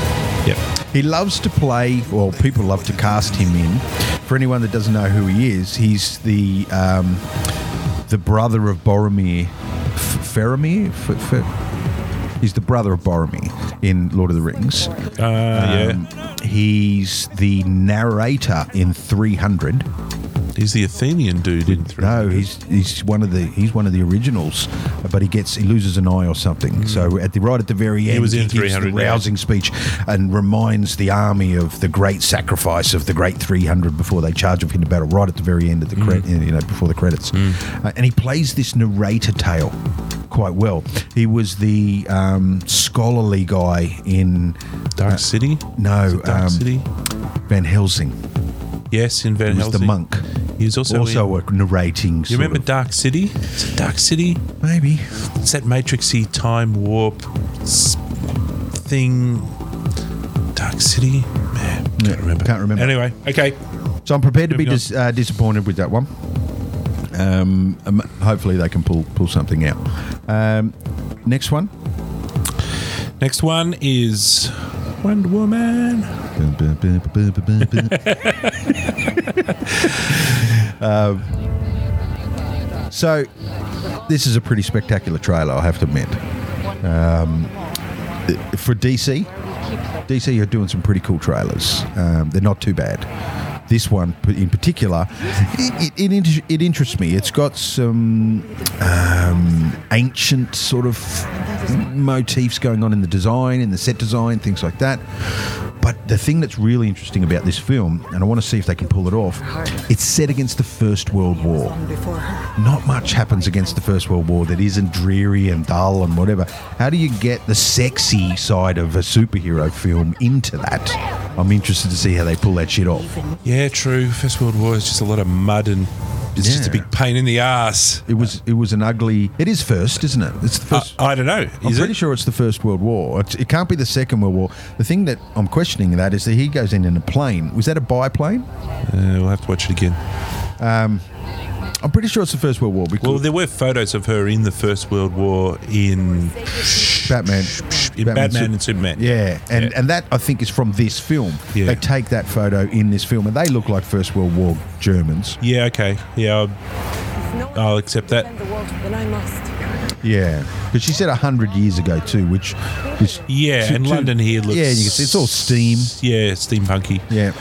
B: Yep.
A: He loves to play. Well, people love to cast him in. For anyone that doesn't know who he is, he's the um, the brother of Boromir. F- Faramir. F- F- he's the brother of Boromir in Lord of the Rings.
B: Uh,
A: Um, He's the narrator in 300.
B: yeah. He's the Athenian dude in three.
A: No, he's he's one of the he's one of the originals, but he gets he loses an eye or something. So at the right at the very end,
B: Hmm. was in
A: gives the
B: 300, yeah.
A: rousing speech and reminds the army of the great sacrifice of the great 300 before they charge off into battle. Right at the very end of the
B: Hmm.
A: cre- you know before the credits, Uh, and he plays this narrator tale quite well. He was the um, scholarly guy in
B: Dark City. Is
A: no
B: it Dark
A: um,
B: City.
A: Van Helsing.
B: Yes, in Van
A: He was the
B: Helsing.
A: monk.
B: He was also, in-
A: also a narrating.
B: you
A: sort
B: remember
A: of-
B: Dark City? Is it Dark City?
A: maybe?
B: It's that matrixy time warp s- thing. Dark City. Man, can't
A: Yeah,
B: remember.
A: can't remember.
B: Anyway, okay.
A: So I'm prepared to be
B: Moving on.
A: dis- uh, disappointed with that one. Um, um, hopefully they can pull pull something out. Um, next one.
B: Next one is Wonder Woman.
A: Um, so this is a pretty spectacular trailer, I have to admit. Um, for DC, DC are doing some pretty cool trailers. Um, they're not too bad. This one p- in particular, it, it, it, inter- it interests me. It's got some um, ancient sort of motifs going on in the design, in the set design, things like that. But the thing that's really interesting about this film, and I want to see if they can pull it off, it's set against the First World War not much happens against the First World War that isn't dreary and dull and whatever. How do you get the sexy side of a superhero film into that? I'm interested to see how they pull that shit off.
B: Yeah, true. First World War is just a lot of mud and it's just a
A: Yeah.
B: big pain in the ass.
A: It was it was an ugly. It is first, isn't it? It's the
B: I,
A: first.
B: I don't know.
A: I'm
B: Uh, Is
A: pretty
B: it?
A: sure it's the First World War. It's, it can't be the Second World War. The thing that I'm questioning that is that he goes in in a plane. Was that a biplane?
B: Uh, we'll have to watch it again.
A: I'm pretty sure it's the First World War because
B: Well, there were photos of her in the First World War in
A: Batman,
B: in Batman, and Superman.
A: Yeah, and
B: Yeah.
A: and that I think is from this film.
B: Yeah.
A: They take that photo in this film, and they look like First World War Germans.
B: Yeah, okay. Yeah, I'll- I'll accept that.
A: Yeah, because she said hundred years ago too, which is
B: yeah.
A: to-
B: And
A: to-
B: London here looks.
A: yeah, you can see it's all steam.
B: Yeah, steampunky.
A: Yeah,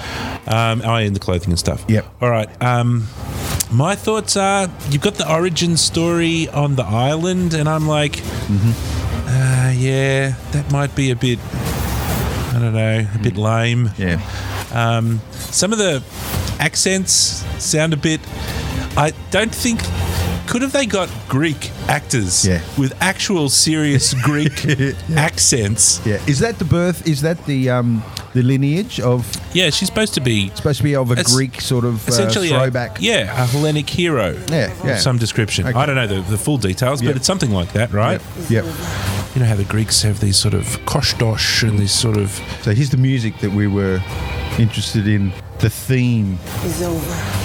B: Um, oh, and the clothing and stuff.
A: Yep.
B: All right. Um, my thoughts are you've got the origin story on the island, and I'm like,
A: Mm-hmm.
B: uh, yeah, that might be a bit, I don't know, a bit lame.
A: Mm. yeah.
B: Um, some of the accents sound a bit. I don't think. Could have they got Greek actors
A: Yeah.
B: with actual serious Greek accents?
A: Yeah, is that the birth? Is that the um the lineage of
B: Yeah, she's supposed to be
A: supposed to be of a
B: Es-
A: Greek sort of uh,
B: essentially
A: throwback?
B: A, yeah, a Hellenic hero.
A: Yeah,
B: of
A: yeah.
B: Some description.
A: Okay.
B: I don't know the, the full details,
A: Yep.
B: but it's something like that, right?
A: Yep.
B: You know how the Greeks have these sort of koshtosh and these sort of
A: So here's the music that we were interested in. The theme.
I: Is over.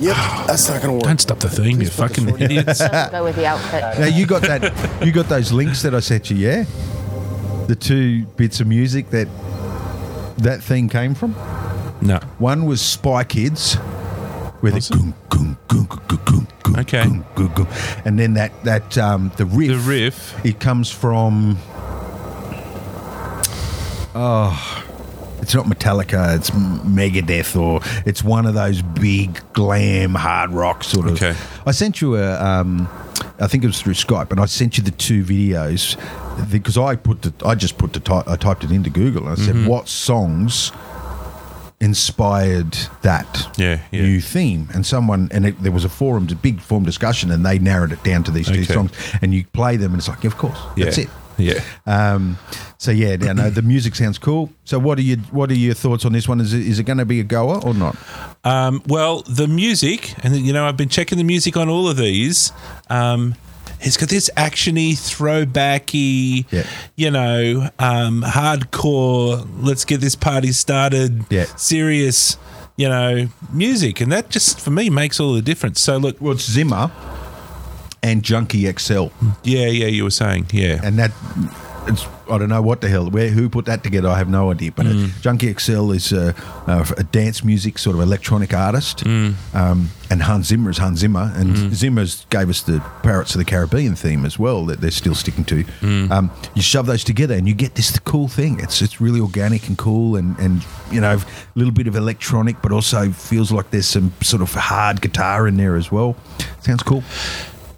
I: Yep, that's not gonna work.
B: don't stop the theme, you fucking idiots.
D: Go with the outfit.
A: Now you got that. you got those links that I sent you. Yeah, the two bits of music that that theme came from.
B: no.
A: One was Spy Kids with
B: Was
A: a
B: it?
A: goom, goom, goom, goom, goom, goom,
B: Okay.
A: goom, goom, goom. and then that that um, the riff.
B: The riff.
A: It comes from. Oh, It's not Metallica. It's M- Megadeth, or it's one of those big glam hard rock sort of.
B: Okay.
A: I sent you a. Um, I think it was through Skype, and I sent you the two videos because I put the. I just put the. Ty- I typed it into Google and I
B: Mm-hmm.
A: said, "What songs?" inspired that
B: Yeah, yeah.
A: new theme and someone and it, there was a forum a big forum discussion and they narrowed it down to these two
B: Okay.
A: songs and you play them and it's like of course that's
B: yeah.
A: it
B: Yeah.
A: um, so yeah, no, no, the music sounds cool. So what are you what are your thoughts on this one? Is it, is it going to be a goer or not?
B: Um, well, the music, and you know, I've been checking the music on all of these. Um, it's got this actiony, throwbacky,
A: Yeah.
B: you know, um, hardcore. Let's get this party started.
A: Yeah.
B: serious, you know, music, and that just for me makes all the difference. So look,
A: Well, it's Zimmer and Junkie XL,
B: yeah, yeah, you were saying, yeah,
A: and that it's I don't know what the hell where who put that together. I have no idea. But uh, Junkie XL is a, a, a dance music sort of electronic artist, um, and Hans Zimmer is Hans Zimmer, and Zimmer's gave us the Pirates of the Caribbean theme as well that they're still sticking to. Um, you shove those together and you get this cool thing. It's it's really organic and cool, and and you know a little bit of electronic, but also feels like there's some sort of hard guitar in there as well. Sounds cool.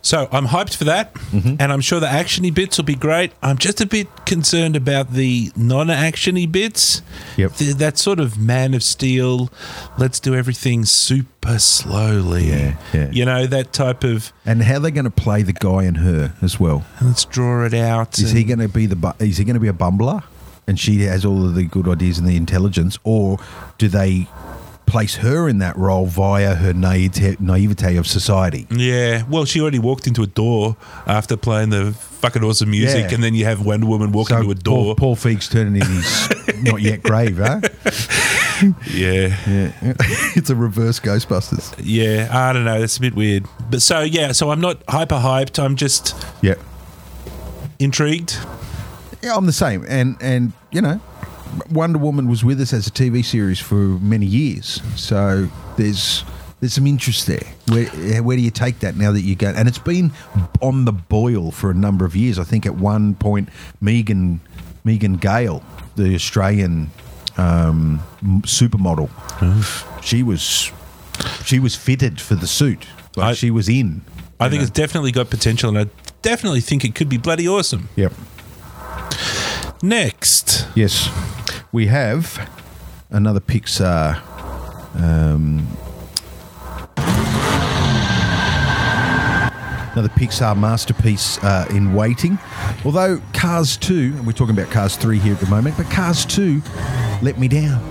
B: So I'm hyped for that,
A: Mm-hmm.
B: and I'm sure the actiony bits will be great. I'm just a bit concerned about the non-actiony bits.
A: Yep.
B: Th- that sort of Man of Steel, let's do everything super slowly.
A: Yeah, yeah.
B: You know that type of
A: And how they're going to play the guy and her as well.
B: let's draw it out.
A: Is
B: and-
A: he going to be the? bu- Is he going to be a bumbler? And she has all of the good ideas and the intelligence, or do they place her in that role via her naivete, naivete of society?
B: yeah. Well, she already walked into a door after playing the fucking awesome music,
A: Yeah.
B: and then you have Wonder Woman walk into a
A: Paul,
B: door.
A: Paul Feig's turning in his not yet grave, huh?
B: Yeah.
A: it's a reverse Ghostbusters.
B: Yeah. I don't know. That's a bit weird. But so yeah. So I'm not hyper hyped. I'm just
A: Yeah,
B: intrigued.
A: yeah, I'm the same, and and you know, Wonder Woman was with us as a TV series for many years, so there's. There's some interest there. Where, eh, where do you take that now that you go? And it's been on the boil for a number of years. I think at one point, Megan Megan Gale, the Australian um, m- supermodel, she was she was fitted for the suit. Like
B: I-
A: she was in.
B: I think it's definitely got potential, and I definitely think it could be bloody awesome.
A: Yep.
B: Next,
A: Yes, we have another Pixar. Um, another Pixar masterpiece uh, in waiting. Although Cars 2, and we're talking about Cars 3 here at the moment, but Cars 2 let me down.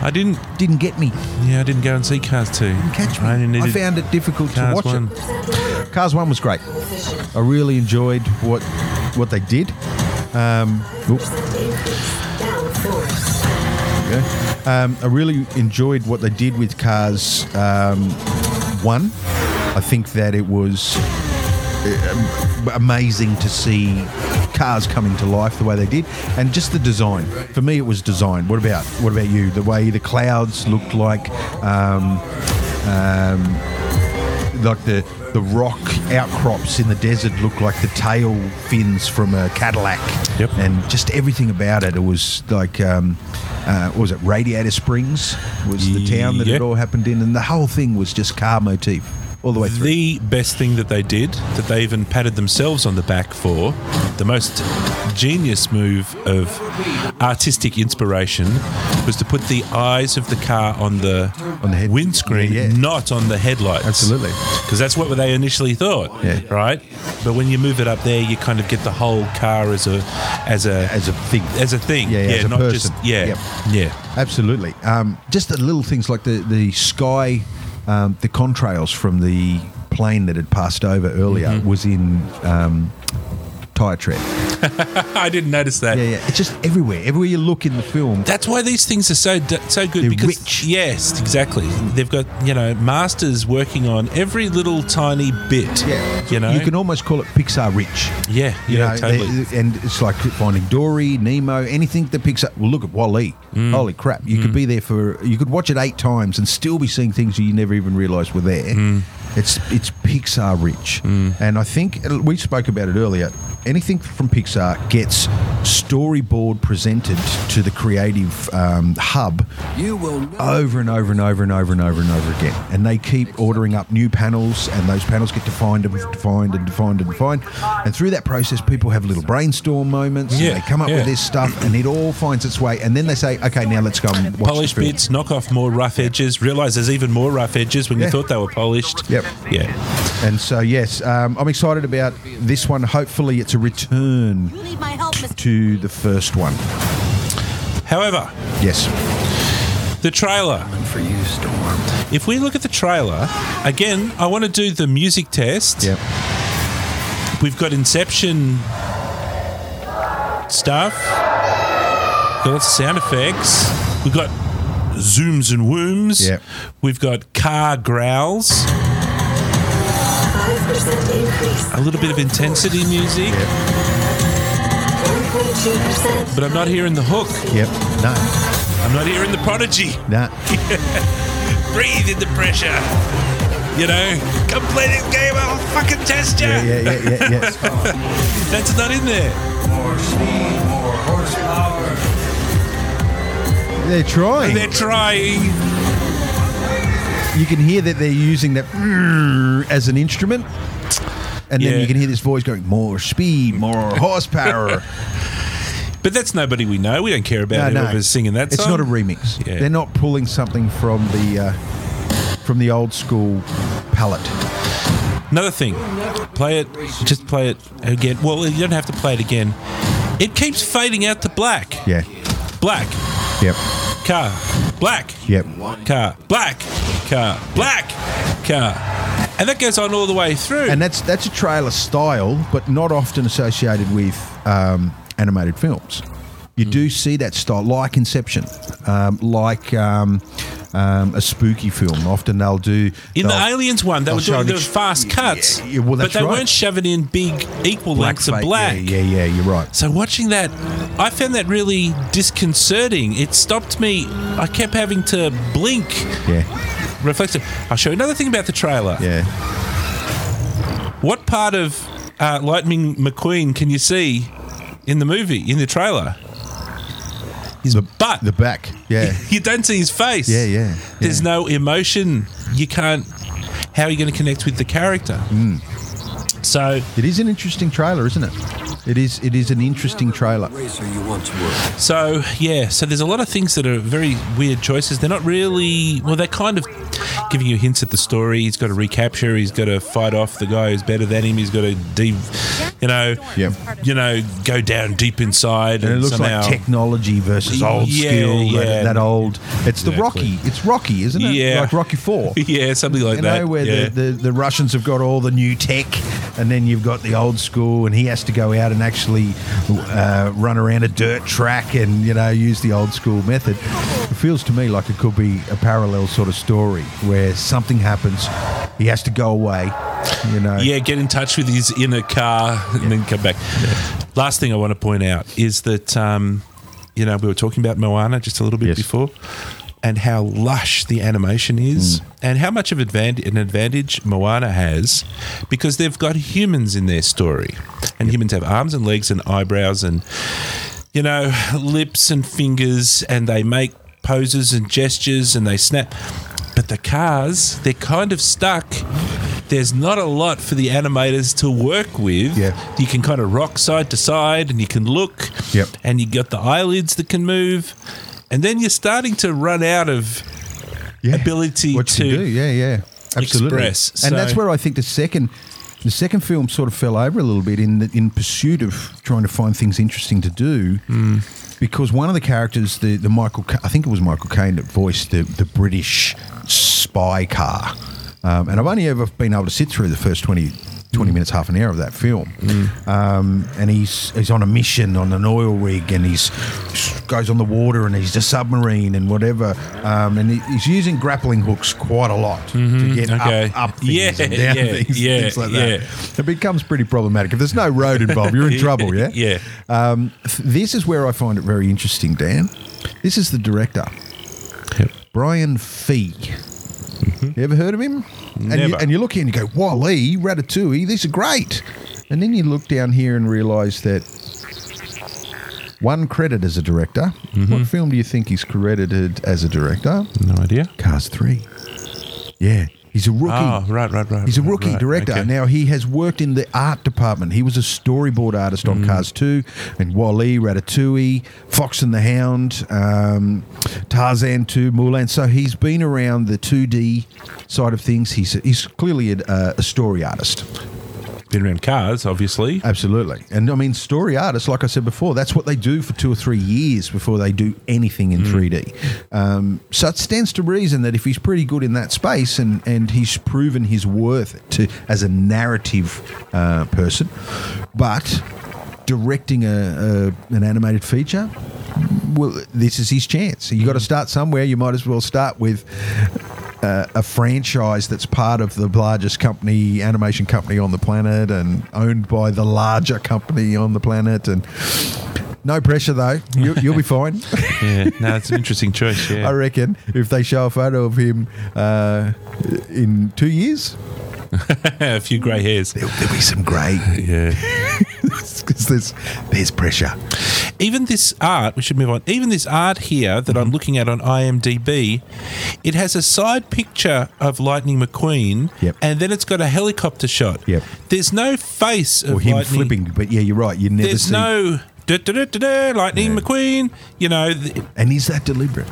B: I didn't.
A: Didn't get me.
B: Yeah, I didn't go and see Cars Two.
A: Catch me.
B: I, only
A: I
B: needed
A: found it difficult
B: Cars
A: to watch
B: One.
A: it. Cars One was great. I really enjoyed what what they did. Um, oop. There we go. Um, I really enjoyed what they did with Cars um, One. I think that it was uh, amazing to see cars coming to life the way they did, and just the design. For me, it was design. What about what about you? The way the clouds looked like. Um, um, like the the rock outcrops in the desert look like the tail fins from a Cadillac.
B: Yep.
A: And just everything about it, it was like, um, uh, what was it Radiator Springs was the town that
B: Yeah.
A: it all happened in, and the whole thing was just car motif all the way through.
B: The best thing that they did, that they even patted themselves on the back for, the most genius move of artistic inspiration was to put the eyes of the car on the,
A: On the head-
B: windscreen,
A: Yeah, yeah.
B: not on the headlights.
A: Absolutely.
B: Because that's what they initially thought,
A: Yeah.
B: right? But when you move it up there, you kind of get the whole car as a as a
A: As a thing.
B: as a thing.
A: Yeah, yeah, as a
B: not
A: person.
B: just yeah,
A: Yep.
B: yeah.
A: Absolutely. Um, just the little things like the the sky, um, the contrails from the plane that had passed over earlier
B: Mm-hmm.
A: was in um, tire tread.
B: I didn't notice that.
A: Yeah, yeah. It's just everywhere. Everywhere you look in the film,
B: That's why these things are so d- so good
A: They're
B: because
A: rich.
B: yes, exactly. They've got you know masters working on every little tiny bit.
A: Yeah,
B: you know.
A: you can almost call it Pixar rich.
B: yeah,
A: You
B: yeah,
A: know,
B: totally.
A: they- and it's like Finding Dory, Nemo, anything that Pixar. Well, look at Wally.
B: Mm.
A: Holy crap! You could be there for you could watch it eight times and still be seeing things you never even realised were
B: Mm.
A: there. It's it's Pixar rich, and I think we uh, spoke about it earlier. anything from Pixar gets storyboard presented to the creative um, hub
J: You will know.
A: over and over and over and over and over and over again. And they keep ordering up new panels, and those panels get defined and defined and defined and defined. And through that process, people have little brainstorm moments.
B: Yeah,
A: and they come up
B: yeah.
A: with this stuff, and it all finds its way. And then they say, "Okay, now let's go and watch
B: Polish
A: the film."
B: bits, knock off more rough edges, realize there's even more rough edges when
A: Yeah.
B: you thought they were polished.
A: Yep.
B: Yeah.
A: And so, yes, um, I'm excited about this one. Hopefully, it's a return
D: You need my help, Mr.
A: to the first one.
B: However,
A: Yes.
B: the trailer.
J: For you, Storm.
B: If we look at the trailer, again, I want to do the music test.
A: Yep.
B: We've got Inception stuff. Got lots of sound effects. We've got zooms and wooms.
A: Yep.
B: We've got car growls. A little bit of intensity music. But I'm not hearing the hook.
A: Yep. No.
B: I'm not hearing the prodigy.
A: No.
B: Breathe in the pressure. You know, come play this game. I'll fucking test you.
A: Yeah, yeah, yeah, yeah, yeah.
B: That's not in there.
A: They're trying.
B: They're trying.
A: you can hear that they're using that as an instrument. And then
B: Yeah.
A: you can hear this voice going, more speed, more horsepower.
B: But that's nobody we know. We don't care about whoever's singing that
A: it's
B: song.
A: not a remix.
B: Yeah.
A: They're not pulling something from the uh, from the old school palette.
B: Another thing, play it. Just play it again. Well, you don't have to play it again. It keeps fading out to black.
A: Yeah.
B: Black
A: Yep.
B: car. Black
A: Yep.
B: car. Black car. Black car. And that goes on all the way through.
A: And that's that's a trailer style, but not often associated with um, animated films. You
B: Mm.
A: do see that style, like Inception, um, like um, um, a spooky film. Often they'll do
B: in the
A: they'll-
B: Aliens one, they
A: they'll
B: were
A: show
B: doing
A: an
B: those
A: ex-
B: fast cuts,
A: Yeah, yeah, well,
B: but
A: that's
B: they
A: right.
B: weren't shoving in big equal lengths of
A: fade.
B: black.
A: Yeah, yeah, yeah, you're right.
B: So watching that, I found that really disconcerting. It stopped me. I kept having to blink.
A: Yeah,
B: Reflective. I'll show you another thing about the trailer.
A: yeah.
B: What part of uh, Lightning McQueen can you see in the movie, in the trailer? His butt.
A: The back. Yeah,
B: you don't see his face.
A: Yeah, yeah, yeah.
B: There's no emotion. You can't. How are you going to connect with the character?
A: Mm.
B: So,
A: it is an interesting trailer, isn't it? It is. It is an interesting trailer.
J: Racer you once were.
B: so yeah. So there's a lot of things that are very weird choices. They're not really. Well, they're kind of giving you hints at the story. He's got to recapture. He's got to fight off the guy who's better than him. He's got to, de- you know,
A: Yep.
B: you know, go down deep inside. And,
A: And it looks
B: somehow,
A: like technology versus old
B: Yeah,
A: skill.
B: yeah.
A: That, that old. It's the
B: Exactly.
A: Rocky. It's Rocky, isn't it?
B: Yeah.
A: Like Rocky Four.
B: Yeah, something like
A: You
B: that.
A: know where
B: yeah.
A: the, the, the Russians have got all the new tech, and then you've got the old school, and he has to go out and actually uh, run around a dirt track and you know use the old school method. It feels to me like it could be a parallel sort of story where something happens, he has to go away, you know.
B: Yeah, get in touch with his inner car and then come back. Last thing I want to point out is that, um, you know, we were talking about Moana just a little bit
A: Yes.
B: before and how lush the animation is and how much of advan- an advantage Moana has because they've got humans in their story. And humans have arms and legs and eyebrows and, you know, lips and fingers and they make poses and gestures and they snap. But the cars, they're kind of stuck. There's not a lot for the animators to work with.
A: Yeah.
B: You can kind of rock side to side and you can look.
A: Yep.
B: And you got the eyelids that can move. And then you're starting to run out of
A: Yeah.
B: ability
A: what you
B: to-
A: can do. Yeah, yeah, absolutely.
B: express,
A: and that's
B: so-
A: where I think the second. The second film sort of fell over a little bit in the, in pursuit of trying to find things interesting to do,
B: Hmm.
A: because one of the characters, the the Michael, Ca- I think it was Michael Caine that voiced the the British spy car, um, and I've only ever been able to sit through the first 20, 20
B: Mm.
A: minutes, half an hour of that film, um, and he's he's on a mission on an oil rig, and he's goes on the water, and he's a submarine and whatever, um, and he, he's using grappling hooks quite a lot to get
B: Mm-hmm. okay.
A: up, up things
B: Yeah,
A: and down
B: yeah,
A: things,
B: yeah,
A: things like that.
B: yeah.
A: It becomes pretty problematic if there's no road involved. You're in trouble, yeah.
B: Yeah.
A: Um, th- this is where I find it very interesting, Dan. This is the director, Brian Fee. You ever heard of him? And, You,
B: Mm-hmm. Never.
A: and you look here and you go, Wally, Ratatouille, these are great. And then you look down here and realise that one credit as a director.
B: Mm-hmm.
A: What film do you think he's credited as a director?
B: No idea.
A: Cars 3. Yeah. He's a rookie.
B: Oh, right, right, right.
A: He's a
B: right,
A: rookie
B: right,
A: director.
B: okay.
A: Now he has worked in the art department. He was a storyboard artist
B: Mm.
A: on Cars 2 and Wally, Ratatouille, Fox and the Hound, um, Tarzan 2, Mulan. So he's been around the 2D side of things. He's he's clearly a, a story artist.
B: Been around cars, obviously.
A: Absolutely. And I mean, story artists, like I said before, that's what they do for two or three years before they do anything in 3D. Um, so it stands to reason that if he's pretty good in that space and, and he's proven his worth to as a narrative uh, person, but directing a, a an animated feature, well, this is his chance. You got to start somewhere. You might as well start with uh, a franchise that's part of the largest company, animation company on the planet, and owned by the larger company on the planet. And no pressure though. You, you'll be fine.
B: yeah, no, it's an interesting choice. Yeah.
A: I reckon if they show a photo of him uh, in two years,
B: a few grey hairs.
A: there'll, there'll be some grey
B: Yeah.
A: because there's there's pressure.
B: Even this art, we should move on. Even this art here that
A: Mm-hmm.
B: I'm looking at on IMDb, it has a side picture of Lightning McQueen,
A: Yep.
B: and then it's got a helicopter shot.
A: Yep.
B: There's no face of
A: Or him
B: Lightning.
A: flipping. But yeah, you're right. You never
B: There's
A: see.
B: no duh, duh, duh, duh, duh, Lightning McQueen. You know, th-
A: and is that deliberate?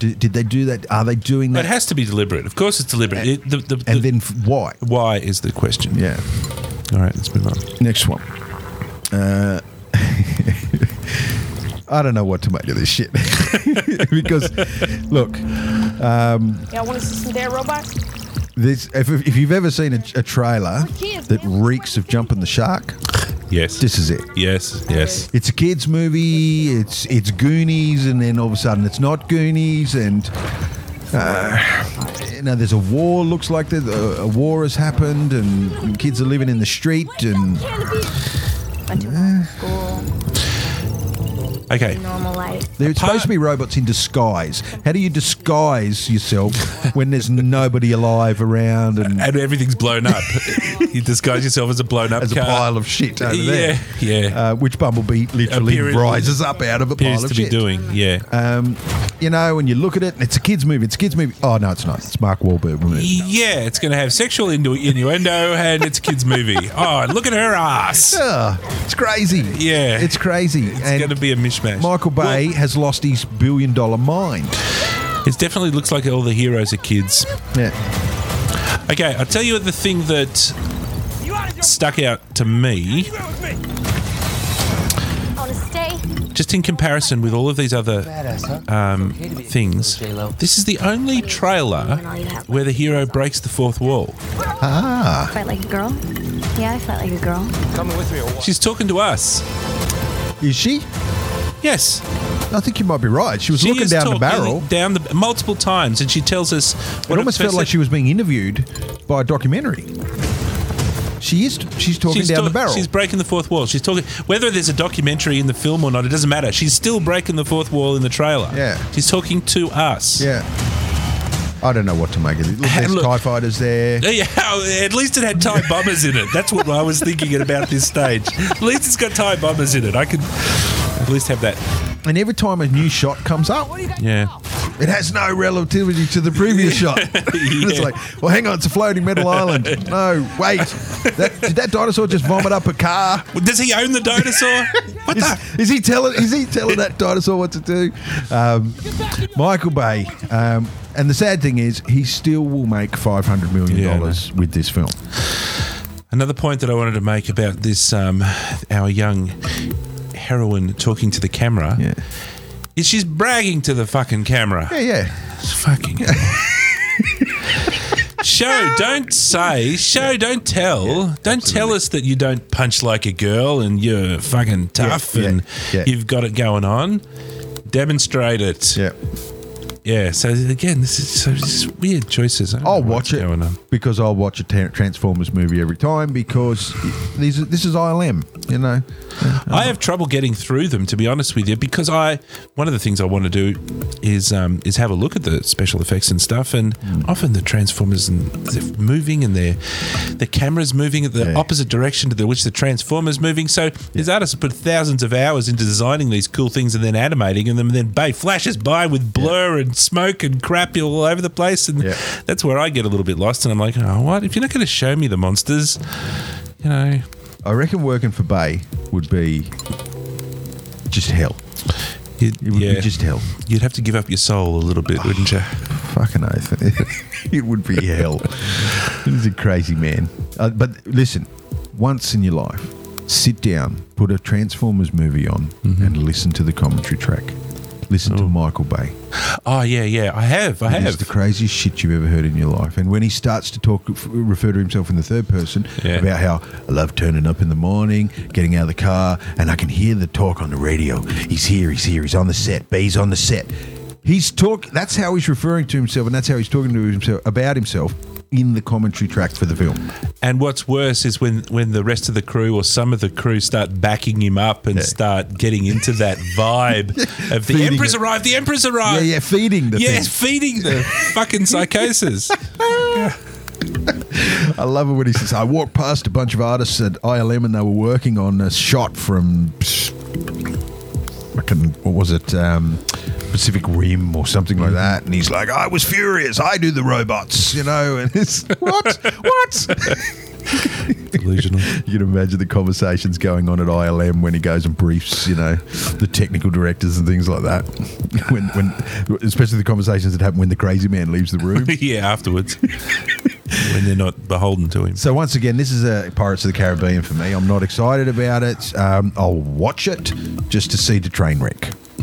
A: Do, did they do that? Are they doing
B: it
A: that?
B: has to be deliberate. Of course, it's deliberate. It- the, the,
A: and
B: the-
A: then f- why?
B: why is the question?
A: Yeah.
B: All right, let's move on.
A: Next one. Uh, I don't know what to make of this shit because, look, um,
D: Y'all want to see some dead robots?
A: this, if, if you've ever seen a, a trailer that reeks of jumping the shark,
B: Yes.
A: this is it.
B: yes. Yes.
A: It's a kids' movie. It's it's Goonies, and then all of a sudden it's not Goonies, and uh, you know there's a war. Looks like there's a, a war has happened, and kids are living in the street, and
D: Went to normal school,
B: Okay.
D: normal life.
A: They're supposed to be robots in disguise. How do you disguise yourself when there's nobody alive around and
B: And everything's blown up. you disguise yourself as a blown up
A: as a
B: car.
A: pile of shit over
B: yeah,
A: there?
B: yeah.
A: Uh, which Bumblebee literally
B: Appear-
A: rises up out of a pile
B: appears to
A: of
B: be
A: shit.
B: doing. Yeah,
A: Um, you know, and you look at it, and it's a kids' movie. It's a kids' movie. Oh no, it's not. It's Mark Wahlberg. movie.
B: yeah. It's going to have sexual innu- innuendo, and it's a kids' movie. Oh, look at her ass.
A: Ugh, it's crazy.
B: Yeah.
A: it's crazy.
B: It's
A: and
B: going to be a mishmash.
A: Michael Bay has lost his billion-dollar mind.
B: It definitely looks like all the heroes are kids.
A: Yeah.
B: Okay, I'll tell you the thing that stuck out to me,
D: I want to stay.
B: just in comparison with all of these other um, things. This is the only trailer where the hero breaks the fourth wall.
A: Ah,
D: Fight like a girl. Yeah, I fight like a girl.
B: She's talking to us.
A: is she?
B: Yes,
A: I think you might be right. She was
B: she
A: looking
B: is
A: down the
B: talking
A: barrel.
B: down the multiple times, and she tells us.
A: It
B: what a
A: almost felt
B: person-
A: like she was being interviewed by a documentary. She is. She's talking down
B: talk-
A: the barrel.
B: She's breaking the fourth wall. She's talking. Whether there's a documentary in the film or not, it doesn't matter. She's still breaking the fourth wall in the trailer.
A: Yeah.
B: She's talking to us.
A: yeah. I don't know what to make of it. Look,
B: Hey,
A: there's
B: look.
A: Tie Fighters there.
B: Yeah, at least it had Thai bombers in it. That's what I was thinking at about this stage. At least it's got Thai bombers in it. I could at least have that.
A: And every time a new shot comes up,
B: Yeah.
A: it has no relativity to the previous shot. It's like, well, hang on, it's a floating metal island. No, wait. That, did that dinosaur just vomit up a car?
B: Well, Does he own the dinosaur? what
A: Is,
B: the?
A: is he telling? Is he telling that dinosaur what to do? Um, Michael Bay. Um, and the sad thing is, he still will make five hundred million
B: Yeah, I know.
A: dollars with this film.
B: Another point that I wanted to make about this, um, our young heroine talking to the camera,
A: Yeah.
B: is she's bragging to the fucking camera.
A: Yeah, yeah.
B: Fucking. show, don't say. Show, don't tell. don't tell us that you don't punch like a girl and you're fucking tough
A: yeah,
B: and
A: yeah.
B: you've got it going on. Demonstrate it.
A: Yeah.
B: Yeah. So again, this is so this is weird choices. I don't
A: I'll
B: know what's
A: watch it
B: Going on.
A: because I'll watch a Tar- Transformers movie every time because these are- this is ILM, you know.
B: I have trouble getting through them, to be honest with you, because I one of the things I want to do is um, is have a look at the special effects and stuff, and often the transformers and they're moving and their the cameras moving at the
A: Yeah.
B: opposite direction to the, which the transformers moving. So these artists put thousands of hours into designing these cool things and then animating them, and then bay flashes by with blur and smoke and crap all over the place, and
A: Yeah.
B: that's where I get a little bit lost, and I'm like, oh, what if you're not going to show me the monsters, you know?
A: I reckon working for Bay would be just hell.
B: It,
A: It would be just hell.
B: You'd have to give up your soul a little bit, wouldn't you?
A: Fucking oath. it would be hell. He's a crazy man. Uh, but listen, once in your life, sit down, put a Transformers movie on, and listen to the commentary track. Listen to Michael Bay.
B: Oh yeah, yeah. I have, I
A: It is
B: have.
A: the craziest shit you've ever heard in your life. And when he starts to talk, f- refer to himself in the third person
B: Yeah.
A: about how I love turning up in the morning, getting out of the car, and I can hear the talk on the radio. He's here, he's here, he's on the set. B's on the set. He's talk. That's how he's referring to himself, and that's how he's talking to himself about himself in the commentary track for the film.
B: And what's worse is when when the rest of the crew or some of the crew start backing him up and start getting into that vibe of the
A: Feeding
B: emperor's
A: it.
B: arrived, the emperor's
A: yeah,
B: arrived.
A: yeah, feeding the.
B: Yeah,
A: thing.
B: it's feeding the fucking psychosis.
A: I love it when he says, I walked past a bunch of artists at ILM and they were working on a shot from. Fucking, what was it? Um, Pacific Rim or something like that. And he's like, I was furious. I do the robots, you know. And it's, what? what?
B: Delusional.
A: You can imagine the conversations going on at ILM when he goes and briefs, you know, the technical directors and things like that. When, when, especially the conversations that happen when the crazy man leaves the room.
B: yeah, afterwards. when they're not beholden to him.
A: So once again, this is a Pirates of the Caribbean for me. I'm not excited about it. Um, I'll watch it just to see the train wreck.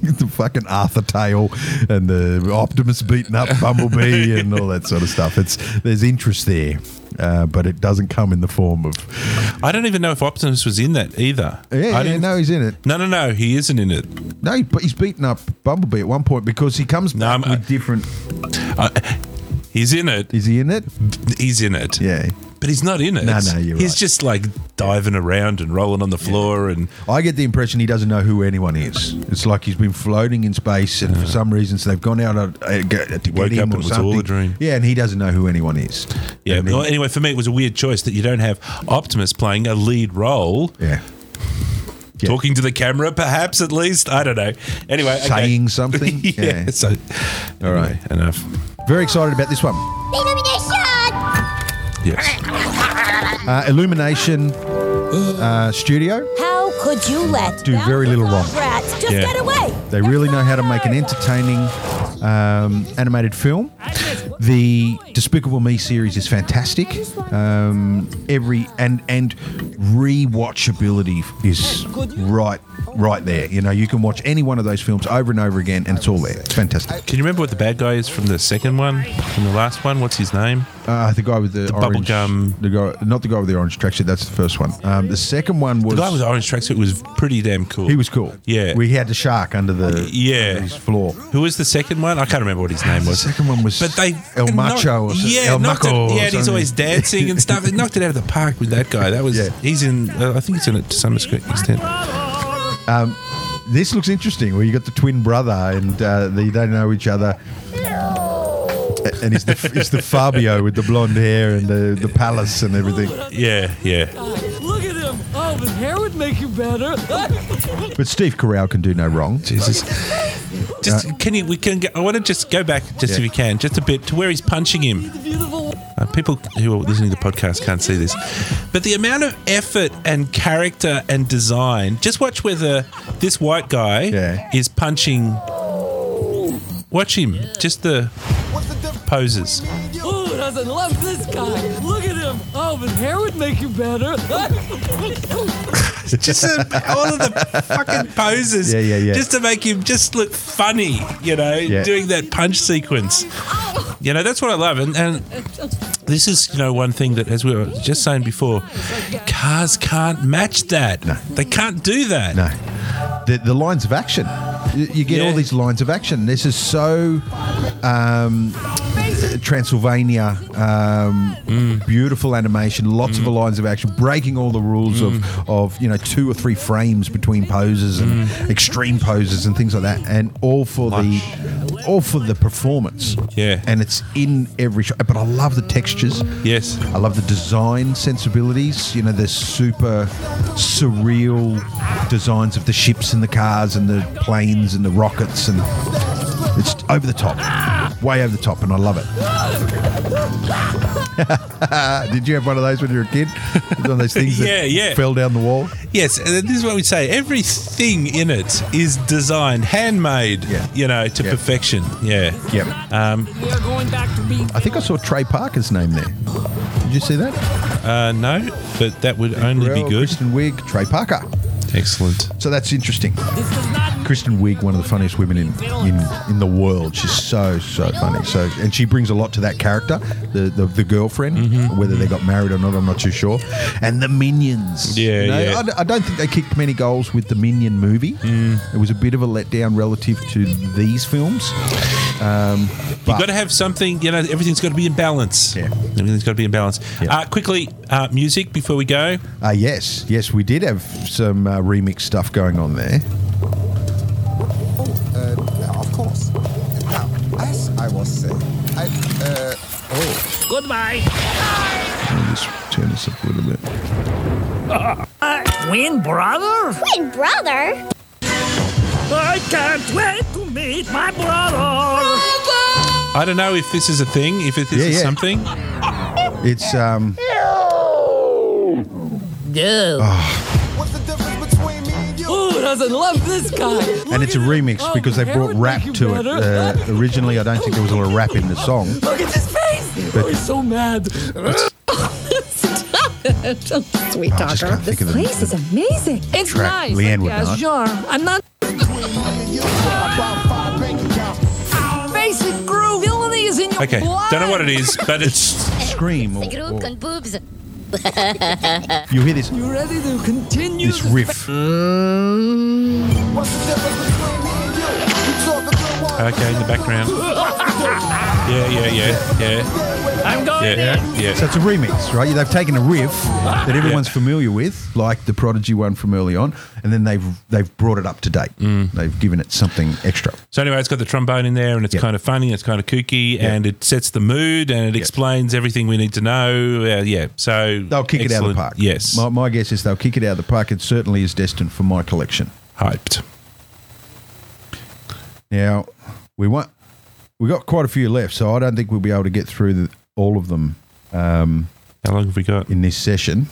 A: the fucking Arthur tale and the Optimus beating up Bumblebee and all that sort of stuff. It's there's interest there, uh, but it doesn't come in the form of.
B: I don't even know if Optimus was in that either.
A: Yeah,
B: I
A: yeah
B: didn't-
A: no, he's in it.
B: No, no, no. He isn't in it.
A: No, he, he's beating up Bumblebee at one point because he comes
B: No,
A: back
B: I'm-
A: with different.
B: I, he's in it.
A: Is he in it?
B: He's in it.
A: Yeah.
B: But he's not in it.
A: No, no, you're
B: He's
A: right.
B: just like diving around and rolling on the floor and
A: I get the impression he doesn't know who anyone is. It's like he's been floating in space, and for some reason, so they've gone out uh, uh, go- to get
B: Woke
A: him
B: up and
A: or
B: it was all
A: something.
B: a dream.
A: Yeah, and he doesn't know who anyone is.
B: yeah.
A: And then-
B: well, anyway, for me, it was a weird choice that you don't have Optimus playing a lead role,
A: yeah, Yeah.
B: talking to the camera, perhaps at least. I don't know. Anyway, okay.
A: saying something.
B: yeah, So,
A: All right.
B: anyway, enough.
A: Very excited about this one.
E: Illumination!
B: Yes.
A: Uh, Illumination uh, Studio.
D: How could you let
A: Do very little wrong.
D: Rats just
B: Yeah.
D: get away?
A: They really know how to make an entertaining um, animated film. The Despicable Me series is fantastic. Um, every and and rewatchability is right right there. You know, you can watch any one of those films over and over again, and it's all there. It's fantastic.
B: Can you remember what the bad guy is from the second one? From the last one? What's his name?
A: Uh, the guy with the,
B: bubble
A: orange,
B: gum.
A: the guy, not the guy with the orange tracksuit. That's the first one. Um, the second one was
B: The guy with the orange tracksuit was pretty damn cool.
A: he was cool.
B: Yeah.
A: we had the shark under the
B: Yeah.
A: under his floor.
B: Who was the second one? I can't remember what his name
A: The
B: was.
A: second one was
B: But they
A: El Macho. or
B: knocked,
A: something.
B: yeah,
A: El
B: knocked
A: Macho or
B: It, yeah, and he's
A: something.
B: always dancing and stuff. They knocked it out of the park with that guy. That was
A: Yeah.
B: he's in. Uh, I think he's in it to some extent.
A: This looks interesting. Where you got the twin brother and uh, they don't know each other. And it's the, it's the Fabio with the blonde hair and the, the palace and everything.
B: Yeah, yeah.
K: Look at him. Oh, his hair would make you better.
A: But Steve Corral can do no wrong.
B: Jesus. Just can you? We can. Go, I want to just go back, just if
A: Yeah.
B: you can, just a bit to where he's punching him.
K: Beautiful.
B: Uh, people who are listening to the podcast can't see this, but the amount of effort and character and design. Just watch whether this white guy
A: Yeah.
B: is punching. Watch him. Just the poses.
K: Ooh, doesn't love this guy. Look at him. Oh, his hair would make you better.
B: just uh, all of the fucking poses.
A: Yeah, yeah, yeah.
B: Just to make him just look funny, you know, doing that punch sequence. You know, that's what I love. And, and this is, you know, one thing that, as we were just saying before, cars can't match that. They can't do that.
A: No. The, the lines of action. You you get all
B: Yeah.
A: these lines of action. This is so um, Transylvania, um,
B: Mm.
A: beautiful animation, lots of lines of action, breaking all the rules
B: Mm.
A: of, of you know two or three frames between poses and extreme poses and things like that, and all for the all for the performance.
B: Yeah.
A: and it's in every shot. But I love the textures.
B: Yes.
A: I love the design sensibilities. You know, the super surreal designs of the ships and the cars and the planes and the rockets, and it's over the top, way over the top, and I love it. Did you have one of those when you were a kid? One of those things that
B: Yeah, yeah.
A: fell down the wall.
B: Yes, and this is what we say. Everything in it is designed, handmade,
A: Yeah.
B: you know, to
A: Yeah.
B: perfection. Yeah.
A: Yep. Um,
K: We are going back to being.
A: I think I saw Trey Parker's name there. Did you see that?
B: Uh, no, but that would only be
A: Pharrell,
B: good.
A: Kristen Wiig, Trey Parker.
B: Excellent.
A: So that's interesting.
K: This does not
A: Kristen Wiig, one of the funniest women in, in in the world. She's so so funny. So and she brings a lot to that character, the the, the girlfriend.
B: Mm-hmm.
A: Whether they got married or not, I'm not too sure. And the minions.
B: Yeah, yeah.
A: I d- I, don't think they kicked many goals with the Minion movie.
B: Mm.
A: It was a bit of a letdown relative to these films.
B: You've got to have something, you know, everything's got to be in balance.
A: Yeah.
B: Everything's got to be in balance.
A: Yeah.
B: Uh, quickly, uh, music before we go.
A: Uh, yes, yes, we did have some uh, remix stuff going on there.
I: of course. Now, as I was saying, I, uh, oh,
K: goodbye.
A: Let me just turn this up a little bit.
K: Uh, Twin brother?
E: Twin brother?
K: I can't wait to meet my brother.
B: I don't know if this is a thing, if it, this
A: Yeah,
B: is
A: yeah.
B: something.
A: It's um. Ah.
I: what's the difference between me and you?
K: Who doesn't love this guy?
A: and it's a
K: Oh,
A: remix because they brought rap to it. Uh, originally, I don't think there was a lot of rap in the song.
K: Look at his face. Oh, he's so mad.
D: Sweet
A: I just
D: talker.
A: can't think of the,
D: This is amazing.
K: It's
A: Track,
K: nice.
A: Leanne would
K: yeah,
A: not.
K: sure. I'm not basic groove. Villainy is in your
B: Okay,
K: blood.
B: don't know what it is, but it's.
A: scream. Or,
E: Group
A: or-
E: and boobs.
A: you hear this
K: You ready to continue?
A: this riff.
I: What's the difference between me and you? You talk a good one.
B: Okay, in the background. Yeah, yeah, yeah, yeah,
K: I'm going
B: yeah,
A: So
B: yeah.
A: it's a remix, right? They've taken a riff that everyone's familiar with, like the Prodigy one from early on, and then they've they've brought it up to date.
B: Mm.
A: They've given it something extra.
B: So anyway, it's got the trombone in there, and it's
A: Yeah.
B: kind of funny, it's kind of kooky, and it sets the mood, and it explains everything we need to know. Uh, yeah, so
A: They'll kick it out of
B: excellent.
A: the park.
B: Yes,
A: My, my guess is they'll kick it out of the park. It certainly is destined for my collection.
B: hyped.
A: Now, we want we got quite a few left, so I don't think we'll be able to get through the, all of them
B: How long have we got?
A: in this session,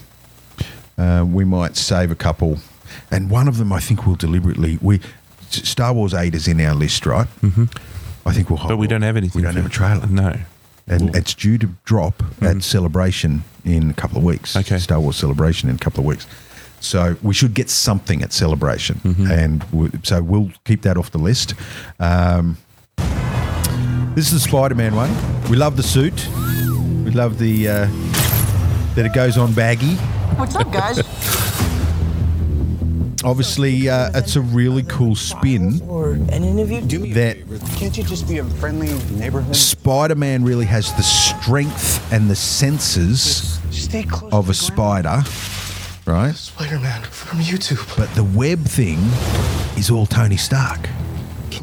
A: uh, we might save a couple. And one of them, I think, we'll deliberately we Star Wars Eight is in our list, right? Mm-hmm. I think we'll. Hold
B: But we don't have anything.
A: We don't
B: for-
A: have a trailer,
B: No.
A: and it's due to drop at Celebration in a couple of weeks.
B: Okay.
A: Star Wars Celebration in a couple of weeks. So we should get something at Celebration, and we, so we'll keep that off the list. Um, this is the Spider-Man one. We love the suit. We love the uh, that it goes on baggy.
K: What's up, guys?
A: Obviously, uh, it's a really cool spin
I: Or an interview? Do me
A: that
I: Can't you just be a friendly neighborhood?
A: Spider Man really has the strength and the senses
I: Stay close.
A: of a spider, right?
I: Spider-Man from YouTube.
A: But the web thing is all Tony Stark.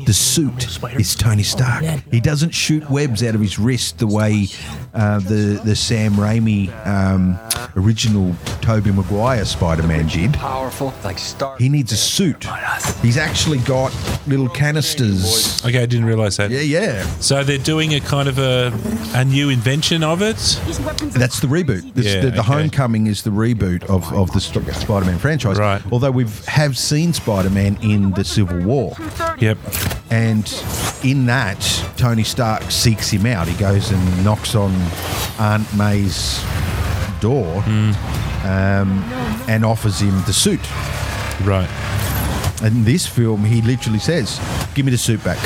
A: The suit is
I: Oh,
A: Tony Stark. He doesn't shoot webs out of his wrist the way uh, the the Sam Raimi um, original Tobey Maguire Spider Man did.
J: Powerful, like Star.
A: He needs a suit. He's actually got little canisters.
B: Okay, I didn't realize that.
A: Yeah, yeah.
B: So they're doing a kind of a a new invention of it.
A: That's the reboot. This,
B: Yeah,
A: the, the
B: okay.
A: Homecoming is the reboot of, of the St- Spider-Man franchise.
B: Right.
A: Although we've have seen Spider-Man in the Civil War,
B: Yep.
A: and in that Tony Stark seeks him out. He goes and knocks on Aunt May's door um, and offers him the suit.
B: Right.
A: And in this film, he literally says, "Give me the suit back."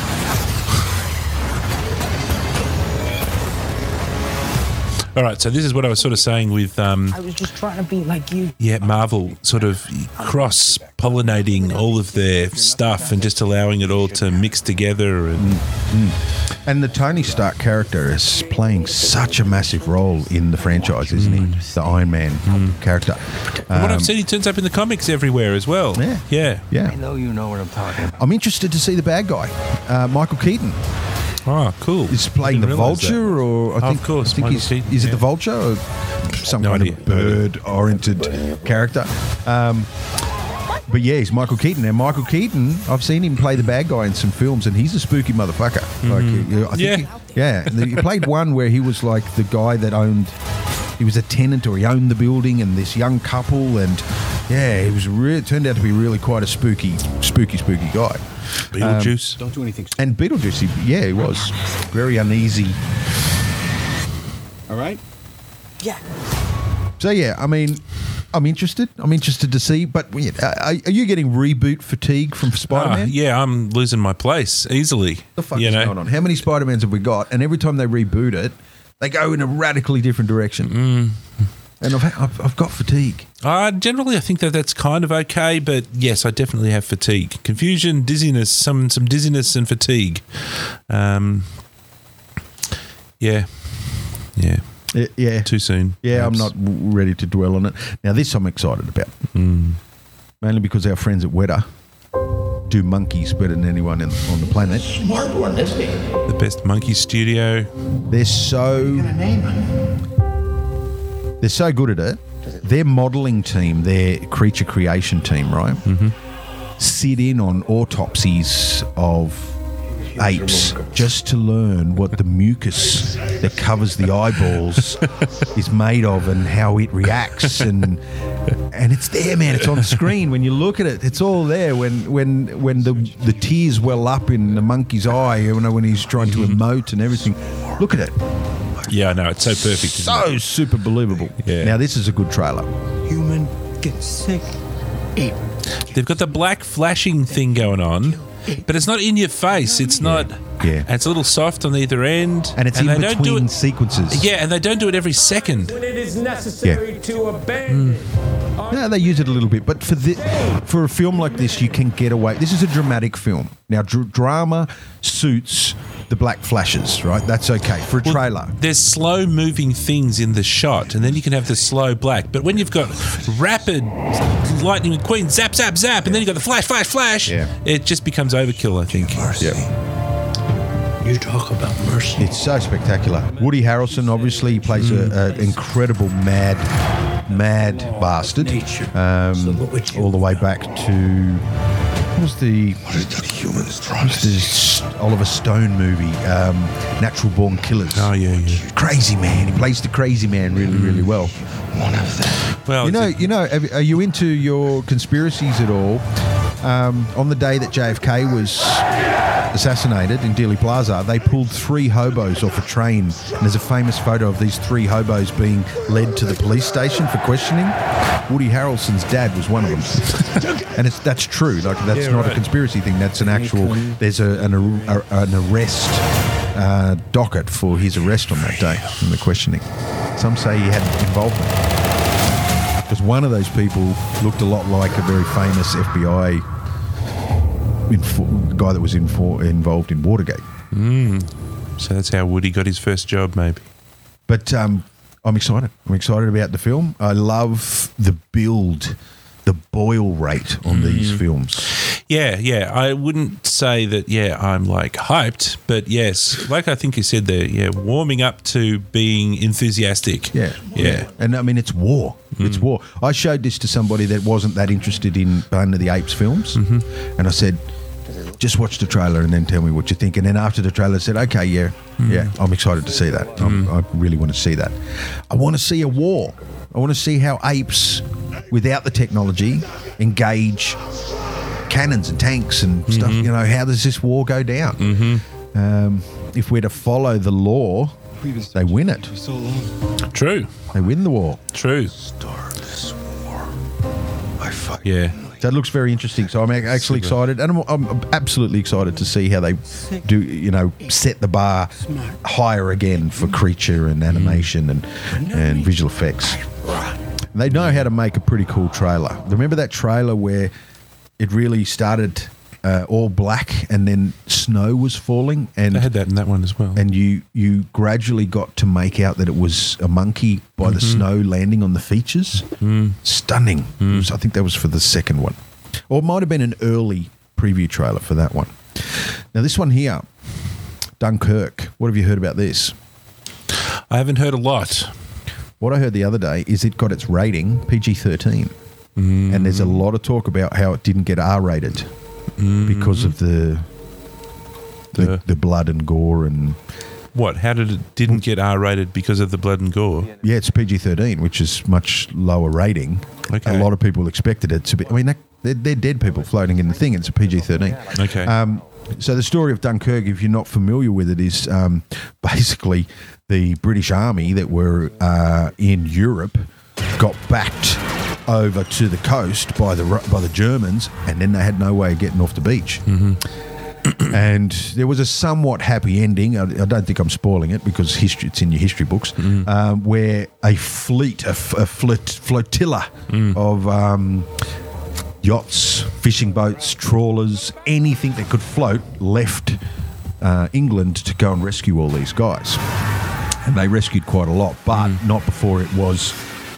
B: All All right, so this is what I was sort of saying with um,
K: I was just trying to be like you.
B: yeah, Marvel sort of cross pollinating all of their stuff and just allowing it all to mix together. And
A: Mm. And the Tony Stark character is playing such a massive role in the franchise, isn't he?
B: Mm.
A: The Iron Man character.
B: from what
A: Um,
B: I've seen, he turns up in the comics everywhere as well.
A: Yeah.
B: yeah.
J: I
A: yeah.
J: know you know what I'm talking about.
A: I'm interested to see the bad guy, uh, Michael Keaton.
B: Oh, cool.
A: Is playing
B: I
A: the
B: didn't realise that. Oh,
A: vulture, or I
B: Of
A: think,
B: course,
A: I think
B: Michael
A: he's,
B: Keaton,
A: is it
B: yeah.
A: the vulture or some
B: No
A: kind
B: idea.
A: of bird-oriented character? Um, but yeah, he's Michael Keaton. Now Michael Keaton, I've seen him play the bad guy in some films, and he's a spooky motherfucker. Like, you- I think
B: Mm-hmm. Yeah.
A: he- yeah. and He played one where he was like the guy that owned. He was a tenant, or he owned the building, and this young couple, and yeah, he was really turned out to be really quite a spooky, spooky, spooky guy.
B: Beetlejuice.
A: um,
J: Don't do anything.
A: And Beetlejuice, he- yeah, he was very uneasy.
J: All right.
K: Yeah.
A: So yeah, I mean, I'm interested. I'm interested to see. But yeah, are, are you getting reboot fatigue from
B: Ah,
A: Spider-Man?
B: yeah, I'm losing my place easily.
A: The fuck
B: you
A: is
B: know?
A: going on? How many Spider-Mans have we got? And every time they reboot it, they go in a radically different direction.
B: Mm.
A: And I've, ha- I've I've got fatigue.
B: Uh, generally, I think that that's kind of okay, but yes, I definitely have fatigue, confusion, dizziness, some some dizziness and fatigue. Um, yeah, yeah,
A: Yeah, yeah.
B: too soon.
A: yeah I'm
B: perhaps.
A: not w- ready to dwell on it. Now this I'm excited about,
B: Mm.
A: mainly because our friends at Weta do monkeys better than anyone in, on the planet.
B: the best monkey studio.
A: They're so. They're so good at it. Their modelling team, their creature creation team, right, sit in on autopsies of apes just to learn what the mucus that covers the eyeballs is made of and how it reacts and and it's there man it's on screen when you look at it it's all there when when when the the tears well up in the monkey's eye you know when he's trying to
B: Mm-hmm.
A: emote and everything look at it
B: Yeah, I know it's so perfect. isn't
A: so super believable
B: Yeah.
A: now this is a good trailer
J: Human gets sick.
B: it? They've got the black flashing thing going on, but it's not in your face. It's not.
A: Yeah.
B: it's a little soft on either end,
A: and it's in
B: they don't do
A: between
B: it-
A: sequences
B: Yeah, and they don't do it every second. Hmm.
K: When it is necessary to abandon.
A: No, they use it a little bit, but for the for a film like this, you can get away. This is a dramatic film. Now, dr- drama suits the black flashes, right? That's okay for a
B: Well,
A: trailer.
B: There's slow moving things in the shot, and then you can have the slow black. But when you've got rapid lightning McQueen, zap, zap, zap, and then you've got the flash, flash, flash,
A: Yeah.
B: it just becomes overkill, I think.
J: You talk about mercy.
A: It's so spectacular. Woody Harrelson obviously he plays a an incredible mad, mad bastard. Um, all the way back to what was the
G: What is that humans
A: what's the S- Oliver Stone movie, um, Natural Born Killers.
B: Oh, yeah, yeah.
A: Crazy man. He plays the crazy man really, really well.
G: One of them.
B: Well,
A: You know,
B: it's a-
A: you know. have- Are you into your conspiracies at all? Um, on the day that JFK was assassinated in Dealey Plaza, they pulled three hobos off a train, and there's a famous photo of these three hobos being led to the police station for questioning. Woody Harrelson's dad was one of them, and it's that's true. Like that's
B: Yeah,
A: not a
B: right.
A: conspiracy thing. That's an actual. There's a, an, ar- a, an arrest uh, docket for his arrest on that day and the questioning. Some say he had involvement because one of those people looked a lot like a very famous FBI info- guy that was info- involved in Watergate.
B: so that's how Woody got his first job, maybe.
A: But um, I'm excited. I'm excited about the film. I love the build, the boil rate on these films.
B: Yeah, yeah. I wouldn't say that, yeah, I'm like hyped, but yes, like I think you said there, yeah, warming up to being enthusiastic.
A: Yeah,
B: Yeah.
A: And I mean, it's war. It's war. I showed this to somebody that wasn't that interested in Planet of the Apes films, and I said. Just watch the trailer and then tell me what you think. And then after the trailer, I said, "Okay, yeah, yeah, I'm excited to see that. I'm, I really want to see that. I want to see a war. I want to see how apes, without the technology, engage cannons and tanks and stuff. You know, how does this war go down? Um, if we're to follow the law, they win it.
B: True,
A: They win the war.
B: true.
G: Start this war. I fucking
B: Yeah.
A: So it looks very interesting. So I'm ac- actually excited, and I'm, I'm absolutely excited to see how they do, you know, set the bar higher again for creature and animation and and visual effects. They know how to make a pretty cool trailer. Remember that trailer where it really started uh, all black, and then snow was falling, and
B: They had that in that one as well.
A: and you you gradually got to make out that it was a monkey by the snow landing on the features. Stunning. It was- I think that was for the second one, or it might have been an early preview trailer for that one. Now this one here, Dunkirk. What have you heard about this?
B: I haven't heard a lot.
A: What I heard the other day is it got its rating PG thirteen, and there's a lot of talk about how it didn't get R rated because of the the,
B: The-
A: the blood and gore and
B: What? How did it didn't get R rated because of the blood and gore?
A: Yeah, it's PG thirteen, which is much lower rating.
B: Okay.
A: A lot of people expected it to be. I mean, that, they're, they're dead people floating in the thing. It's a PG thirteen.
B: Okay.
A: Um, so the story of Dunkirk, if you're not familiar with it, is um, basically the British Army that were uh, in Europe got backed over to the coast by the Ru- by the Germans, and then they had no way of getting off the beach. And there was a somewhat happy ending. I, I don't think I'm spoiling it because history, it's in your history books, um, where a fleet, a, f- a flit, flotilla of um, yachts, fishing boats, trawlers, anything that could float left uh, England to go and rescue all these guys. And they rescued quite a lot, but not before it was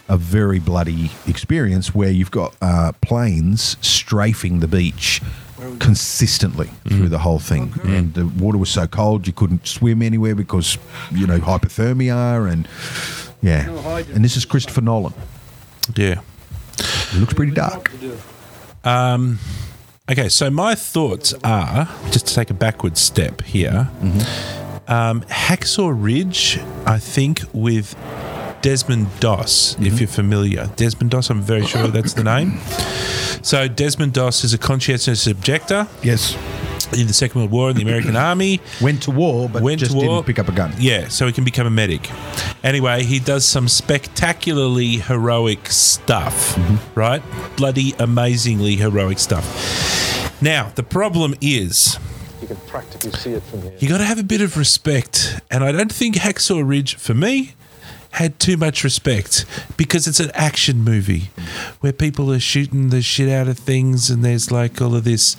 A: a very bloody experience where you've got uh, planes strafing the beach consistently through the whole thing. And the water was so cold you couldn't swim anywhere because, you know, hypothermia and. Yeah, and this is Christopher Nolan.
B: yeah.
A: It looks pretty dark.
B: Okay, so my thoughts are just to take a backward step here.
A: Mm-hmm.
B: Um, Hacksaw Ridge, I think, with Desmond Doss,
A: Mm-hmm.
B: if you're familiar. Desmond Doss, I'm very sure that's the name. So, Desmond Doss is a conscientious objector
A: Yes,
B: in the Second World War in the American Army.
A: went to war, but
B: went
A: just
B: to war,
A: didn't pick up a gun.
B: Yeah, so he can become a medic. Anyway, he does some spectacularly heroic stuff,
A: Mm-hmm.
B: right? Bloody amazingly heroic stuff. Now, the problem is
L: You can practically see it from here.
B: you got to have a bit of respect, and I don't think Hacksaw Ridge for me had too much respect because it's an action movie where people are shooting the shit out of things and there's like all of this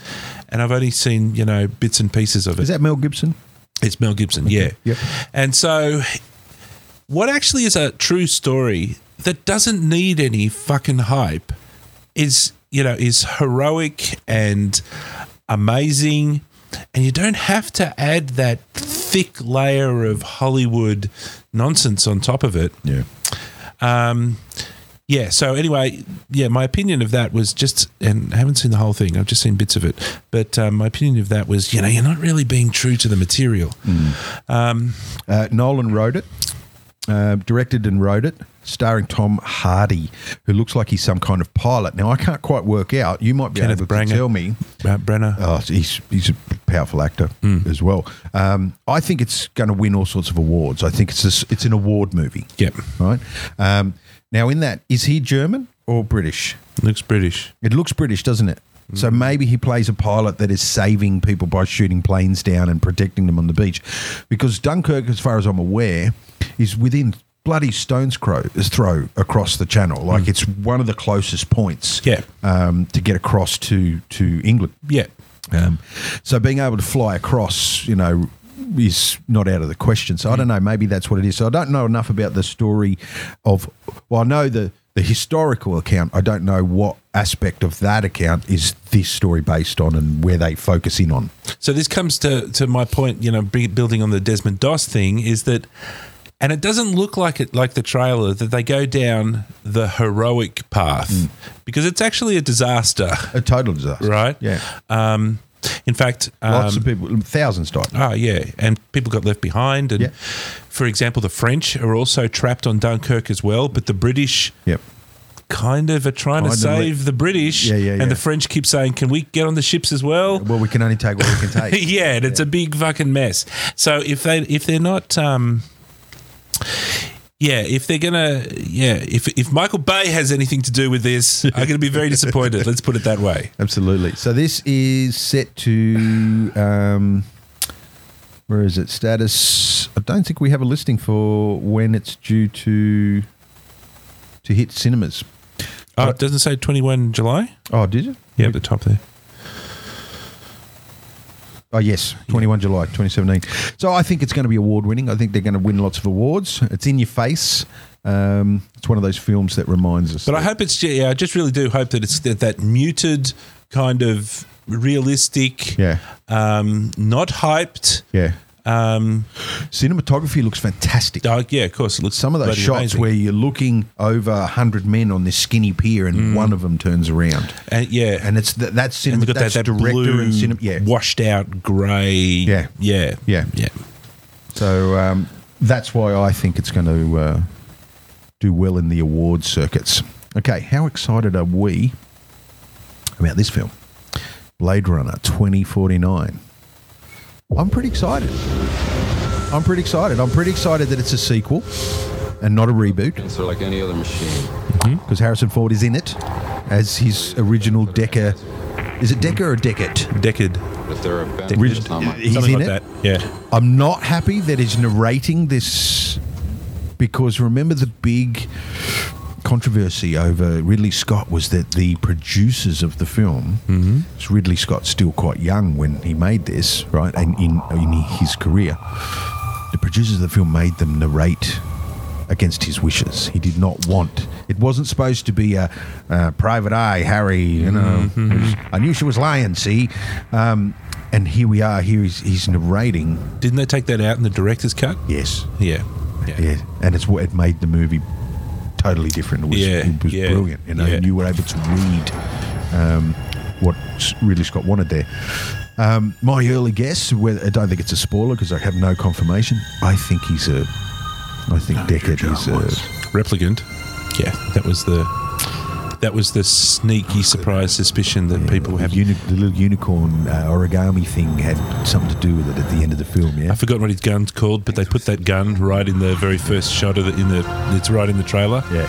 B: and I've only seen, you know, bits and pieces of it.
A: Is that Mel Gibson?
B: It's Mel Gibson, yeah.
A: Yep.
B: And so, what actually is a true story that doesn't need any fucking hype is, you know, is heroic and amazing. And you don't have to add that thick layer of Hollywood nonsense on top of it.
A: Yeah.
B: Um, yeah. So anyway, yeah, my opinion of that was just, and I haven't seen the whole thing. I've just seen bits of it. But um, my opinion of that was, you know, you're not really being true to the material. Um,
A: Uh, Nolan wrote it, uh, directed and wrote it, starring Tom Hardy, who looks like he's some kind of pilot. Now I can't quite work out. You might be
B: Kenneth
A: able
B: Branagh.
A: to tell me.
B: Brad Brenner.
A: Oh, he's he's a powerful actor
B: Hmm.
A: as well. Um, I think it's going to win all sorts of awards. I think it's a, it's an award movie.
B: Yep.
A: Right. Um, now, in that, is he German or British?
B: Looks British.
A: It looks British, doesn't it? So maybe he plays a pilot that is saving people by shooting planes down and protecting them on the beach, because Dunkirk, as far as I'm aware, is within bloody stone's crow throw across the Channel. Like it's one of the closest points,
B: Yeah.
A: um, to get across to to England.
B: Yeah.
A: Um, so being able to fly across, you know, is not out of the question. So I
B: Mm.
A: don't know. Maybe that's what it is. So I don't know enough about the story of. Well, I know the the historical account. I don't know what aspect of that account is this story based on and where they focus in on.
B: So this comes to, to my point, you know, be- building on the Desmond Doss thing is that, and it doesn't look like it like the trailer that they go down the heroic path
A: Hmm.
B: because it's actually a disaster,
A: A total disaster,
B: right?
A: Yeah,
B: Um, in fact, um,
A: lots of people, thousands died.
B: Oh yeah, and people got left behind. And
A: Yeah.
B: for example, the French are also trapped on Dunkirk as well, but the British
A: Yep.
B: kind of are trying to
A: Kind of let-
B: save the British.
A: Yeah, yeah,
B: and
A: yeah.
B: the French keep saying, "Can we get on the ships as well?"
A: Well, we can only take what we can take.
B: yeah, and it's a big fucking mess. So if they if they're not um, yeah, if they're gonna, yeah, if if Michael Bay has anything to do with this, I'm gonna be very disappointed. Let's put it that way.
A: Absolutely. So this is set to. Um, where is it? Status. I don't think we have a listing for when it's due to to hit cinemas.
B: Oh, it doesn't say 21 July.
A: Oh, did it?
B: Yeah, at the top there.
A: Oh yes, 21 July 2017. So I think it's going to be award winning. I think they're going to win lots of awards. It's in your face. Um, it's one of those films that reminds us.
B: But I hope it's yeah. I just really do hope that it's that, that muted kind of realistic,
A: Yeah.
B: um, not hyped.
A: Yeah.
B: Um,
A: Cinematography looks fantastic.
B: oh, yeah, of course. It looks
A: Some of those
B: bloody
A: shots
B: amazing.
A: where you're looking over a hundred men on this skinny pier, and
B: Mm.
A: one of them turns around,
B: and, yeah,
A: and it's th- that's
B: and
A: cinema,
B: they've got
A: that's
B: that, that
A: director
B: blue,
A: and cinema. Yeah,
B: washed out grey.
A: Yeah.
B: yeah,
A: Yeah.
B: yeah.
A: so um, that's why I think it's going to uh, do well in the award circuits. Okay, how excited are we about this film, Blade Runner 2049? I'm pretty excited. I'm pretty excited. I'm pretty excited that it's a sequel and not a reboot.
M: Sensor like any other machine.
A: because Harrison Ford is in it as his original Decker. Is it Decker or Deckett?
B: Deckard.
M: If there are bad
A: Rid-
M: it's not mine.
A: he's
B: Something
A: in
B: like
A: it.
B: that. Yeah.
A: I'm not happy that he's narrating this because remember the big controversy over Ridley Scott was that the producers of the film, it's Ridley Scott's still quite young when he made this, right? And in, in his career, the producers of the film made them narrate against his wishes. He did not want. It wasn't supposed to be a, uh private eye, Harry. You know, I knew she was lying. See, um, and here we are. Here he's, he's narrating.
B: Didn't they take that out in the director's cut?
A: Yes,
B: Yeah. Yeah.
A: yeah, and it's what it made the movie totally different. It was,
B: Yeah,
A: it was
B: yeah,
A: brilliant. You know,
B: yeah.
A: you were able to read um, what S- Ridley Scott wanted there. Um, my early guess, whether, I don't think it's a spoiler because I have no confirmation. I think he's a. I think Deckard is a.
B: Replicant. Yeah, that was the that was the sneaky surprise suspicion that people have.
A: Uni- the little unicorn uh, origami thing had something to do with it at the end of the film. Yeah,
B: I forgot what his gun's called, but they put that gun right in the very first shot of the, in the. It's right in the trailer.
A: yeah.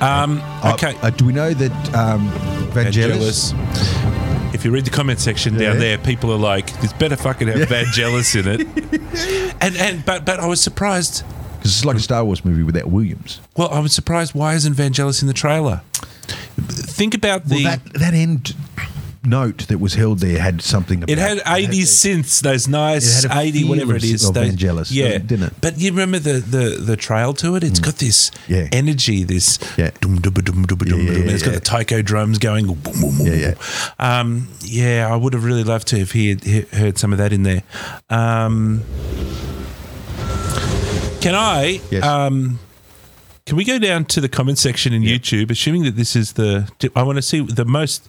B: Um.
A: Uh,
B: Okay.
A: uh, do we know that um, Vangelis?
B: Vangelis. If you read the comment section down
A: Yeah.
B: there, people are like, "This better fucking have Vangelis in it." and and but but I was surprised.
A: Because it's like a Star Wars movie without Williams.
B: Well, I was surprised. Why isn't Vangelis in the trailer? Think about the.
A: well, that that end note that was held there had something. About
B: It had 80s synths, those nice
A: It had a
B: 80
A: feel
B: whatever
A: of-
B: it is.
A: of
B: those-
A: Vangelis,
B: yeah,
A: didn't it? Mm.
B: But you remember the the, the trail to it? It's got this
A: Yeah.
B: energy, this
A: Yeah.
B: dum dum dum dum dum.
A: Yeah, yeah,
B: and It's got
A: yeah.
B: the taiko drums going. Boom, boom, boom,
A: Yeah,
B: yeah. Um, yeah, I would have really loved to have heard, he- heard some of that in there. Um, can I?
A: Yes.
B: Um, can we go down to the comment section in YouTube, assuming that this is the? I want to see the most.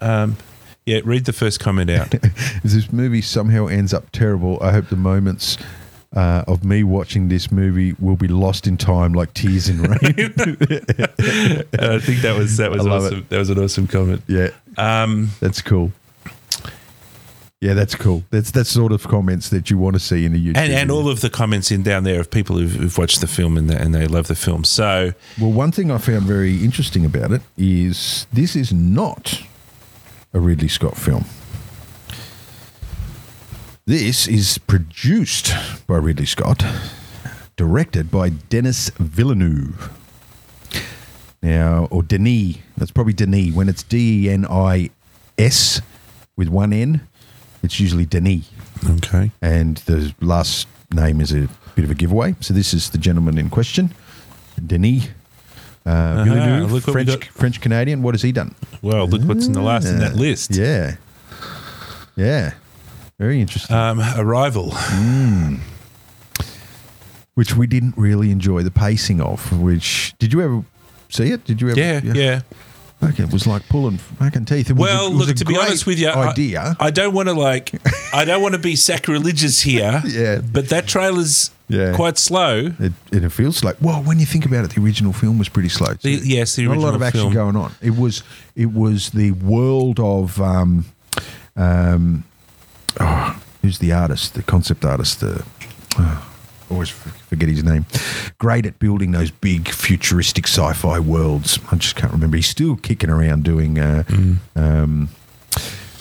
B: Um, yeah, read the first comment out.
A: If this movie somehow ends up terrible, I hope the moments uh, of me watching this movie will be lost in time like tears in rain.
B: I think that was that was
A: I love
B: awesome. That was an awesome comment.
A: yeah,
B: Um,
A: that's cool. Yeah, that's cool. That's that sort of comments that you want to see in a YouTube.
B: and and
A: video.
B: all of the comments in down there of people who've, who've watched the film and, and they love the film. So
A: Well, one thing I found very interesting about it is this is not a Ridley Scott film. This is produced by Ridley Scott, directed by Denis Villeneuve. Now, or Denis, that's probably Denis. When it's D E N I S with one N, it's usually Denis
B: okay,
A: and the last name is a bit of a giveaway. So this is the gentleman in question, Denis uh, Villeneuve,
B: uh-huh, Ah, look what we got.
A: French French Canadian. What has he done?
B: well look what's in the last in that
A: Uh,
B: list.
A: Yeah, yeah, very interesting.
B: Um, Arrival.
A: which we didn't really enjoy the pacing of. Which did you ever see it? Did you ever?
B: Yeah, yeah.
A: Okay, it was like pulling fucking teeth. It was a-
B: Well,
A: it was a
B: look. To be
A: great
B: honest with you, I-
A: idea.
B: I, don't want to like. I don't want to be sacrilegious here.
A: Yeah.
B: But that trailer's
A: Yeah.
B: quite slow.
A: it, and it feels like well, when you think about it, the original film was pretty slow.
B: The-
A: too.
B: yes, the
A: not a lot
B: original
A: of action
B: film.
A: going on. It was it was the world of um, um, oh, who's the artist, the concept artist, the oh, always f- forget his name. Great at building those big futuristic sci-fi worlds. I just can't remember. He's still kicking around doing. Uh, um,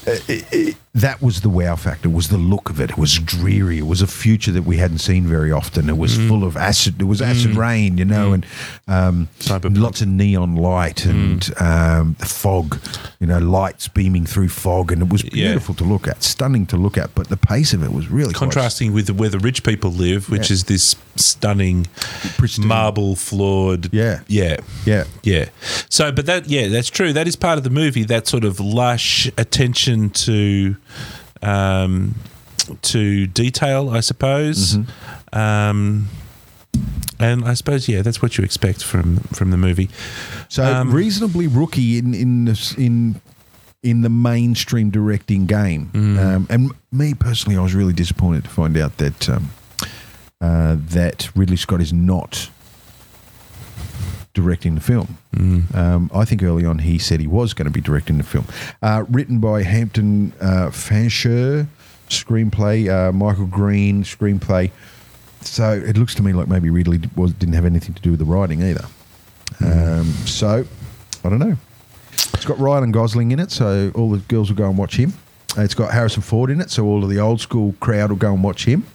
A: uh, it- it- that was the wow factor. Was the look of it? It was dreary. It was a future that we hadn't seen very often. It was full of acid. There was acid rain, you know, and um, lots of neon light and um, fog. You know, lights beaming through fog, and it was beautiful to look at, stunning to look at. But the pace of it was really quite
B: contrasting with where the rich people live, which
A: Yeah.
B: is this stunning, marble floored.
A: Yeah,
B: yeah,
A: yeah,
B: yeah. So, but that, yeah, that's true. That is part of the movie. That sort of lush attention to, um, to detail, I suppose.
A: Mm-hmm.
B: Um, and I suppose, yeah, that's what you expect from from the movie.
A: So reasonably rookie in in this- in in the mainstream directing game. Um, and me personally, I was really disappointed to find out that um, uh, that Ridley Scott is not directing the film. Um, I think early on he said he was going to be directing the film. Uh, written by Hampton uh, Fanshire, screenplay uh, Michael Green, screenplay. So it looks to me like maybe Ridley d- was, didn't have anything to do with the writing either. Um, so I don't know. It's got Ryan Gosling in it, so all the girls will go and watch him. Uh, It's got Harrison Ford in it, so all of the old school crowd will go and watch him.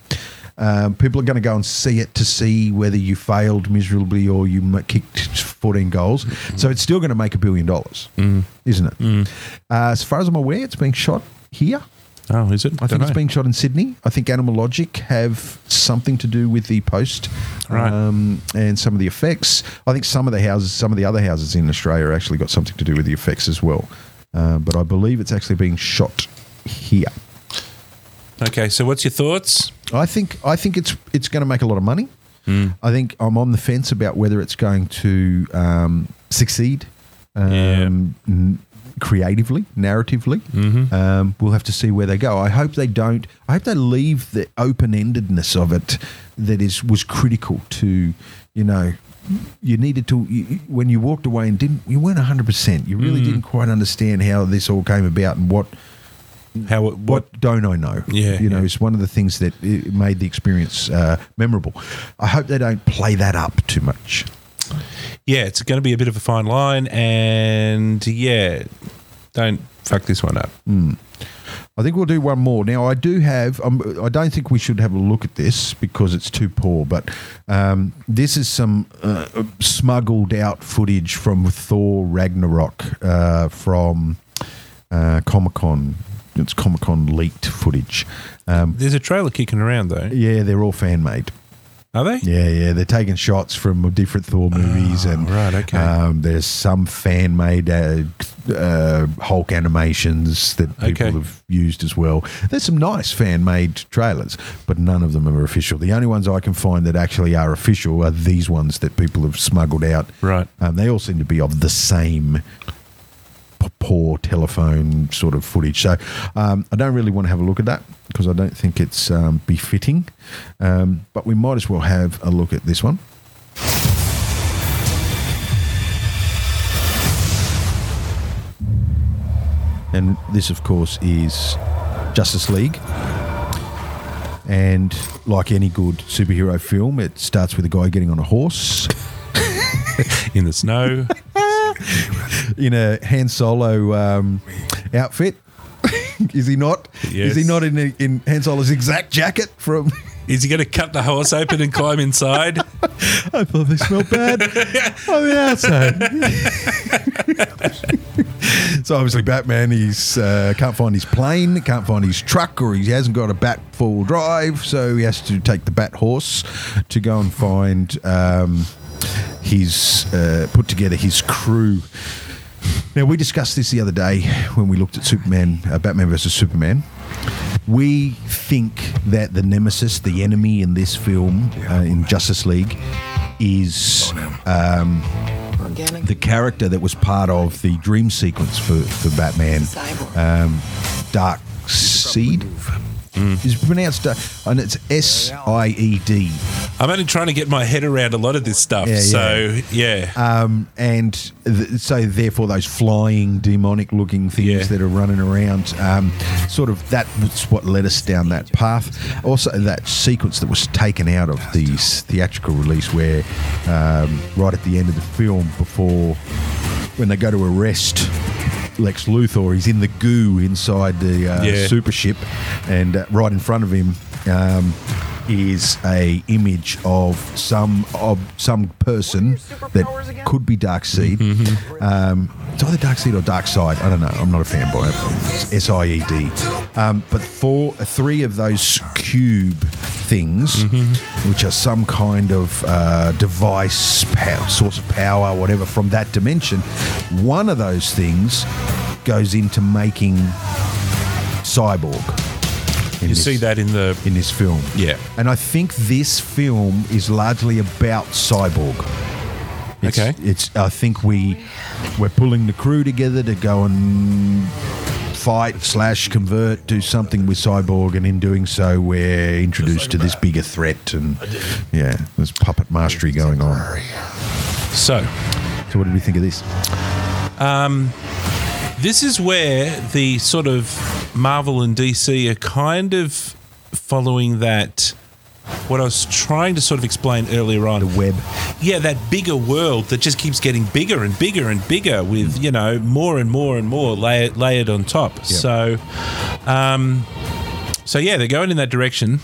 A: Um, people are going to go and see it to see whether you failed miserably or you m- kicked 14 goals. So it's still going to make a billion dollars, isn't it? Uh, as far as I'm aware, it's being shot here.
B: Oh, is it?
A: I think it's being shot in Sydney. I think Animal Logic have something to do with the post
B: Right.
A: um, and some of the effects. I think some of the houses, some of the other houses in Australia, actually got something to do with the effects as well. Uh, but I believe it's actually being shot here.
B: Okay, so what's your thoughts?
A: I think I think it's it's going to make a lot of money. I think I'm on the fence about whether it's going to um, succeed um, n- creatively, narratively.
B: Mm-hmm.
A: Um, we'll have to see where they go. I hope they don't. I hope they leave the open endedness of it that is was critical to you know. You needed to you, you- when you walked away and didn't you weren't hundred percent. You
B: Mm.
A: really didn't quite understand how this all came about and what
B: how what,
A: what don't I know?
B: Yeah,
A: you know, it's one of the things that it made the experience uh, memorable. I hope they don't play that up too much.
B: Yeah, it's going to be a bit of a fine line, and yeah, don't fuck this one up.
A: I think we'll do one more. Now, I do have. Um, I don't think we should have a look at this because it's too poor. But um, this is some uh, smuggled out footage from Thor Ragnarok uh, from uh, Comic Con. It's Comic Con leaked footage. Um,
B: There's a trailer kicking around though.
A: yeah, they're all fan made.
B: Are they?
A: Yeah, yeah. They're taking shots from different Thor movies, and
B: Ah, right, okay.
A: Um, there's some fan made uh, uh, Hulk animations that people
B: Okay.
A: have used as well. There's some nice fan made trailers, but none of them are official. The only ones I can find that actually are official are these ones that people have smuggled out.
B: Right.
A: Um, they all seem to be of the same p- poor telephone sort of footage. So um, I don't really want to have a look at that because I don't think it's um, befitting. Um, but we might as well have a look at this one. And this, of course, is Justice League. And like any good superhero film, it starts with a guy getting on a horse.
B: In the snow.
A: in a Han Solo um, outfit. Is he not? Is he
B: Yes.
A: not in in Han Solo's exact jacket from?
B: Is he going to cut the horse open and climb inside?
A: I thought they smelled bad on the outside. so obviously Batman, he's uh, can't find his plane, can't find his truck, or he hasn't got a bat four wheel drive, so he has to take the bat horse to go and find um, his uh, put together his crew. Now we discussed this the other day when we looked at Superman, uh, Batman versus Superman. We think that the nemesis, the enemy in this film, uh, in Justice League, is um, the character that was part of the dream sequence for, for Batman, um, Dark Seed. Is pronounced, uh, and it's S I E D
B: I'm only trying to get my head around a lot of this stuff.
A: Yeah,
B: so yeah,
A: Um, and th- so, therefore, those flying demonic looking things that are running around, um, sort of that's what led us down that path. Also, that sequence that was taken out of the s- theatrical release, where um, right at the end of the film, before when they go to arrest. Lex Luthor, he's in the goo inside the uh,
B: Yeah.
A: super ship, and uh, right in front of him um, is a image of some of some person that could be Darkseid. Um, it's either Darkseid or Dark Side. I don't know. I'm not a fanboy. It's S I E D. Um, but four, three of those cube things,
B: Mm-hmm.
A: which are some kind of uh, device, power, source of power, whatever, from that dimension. One of those things goes into making cyborg. Um,
B: you see that in the
A: in this film.
B: Yeah.
A: And I think this film is largely about cyborg. It's,
B: Okay.
A: It's I think we we're pulling the crew together to go and fight slash convert do something with cyborg and in doing so we're introduced to this bigger threat and yeah there's puppet mastery going on
B: so
A: so what did we think of this
B: Um, this is where the sort of Marvel and DC are kind of following that. What I was trying to sort of explain earlier on the
A: web,
B: yeah, that bigger world that just keeps getting bigger and bigger and bigger with you know more and more and more layer, layered on top. So, um, so yeah, they're going in that direction.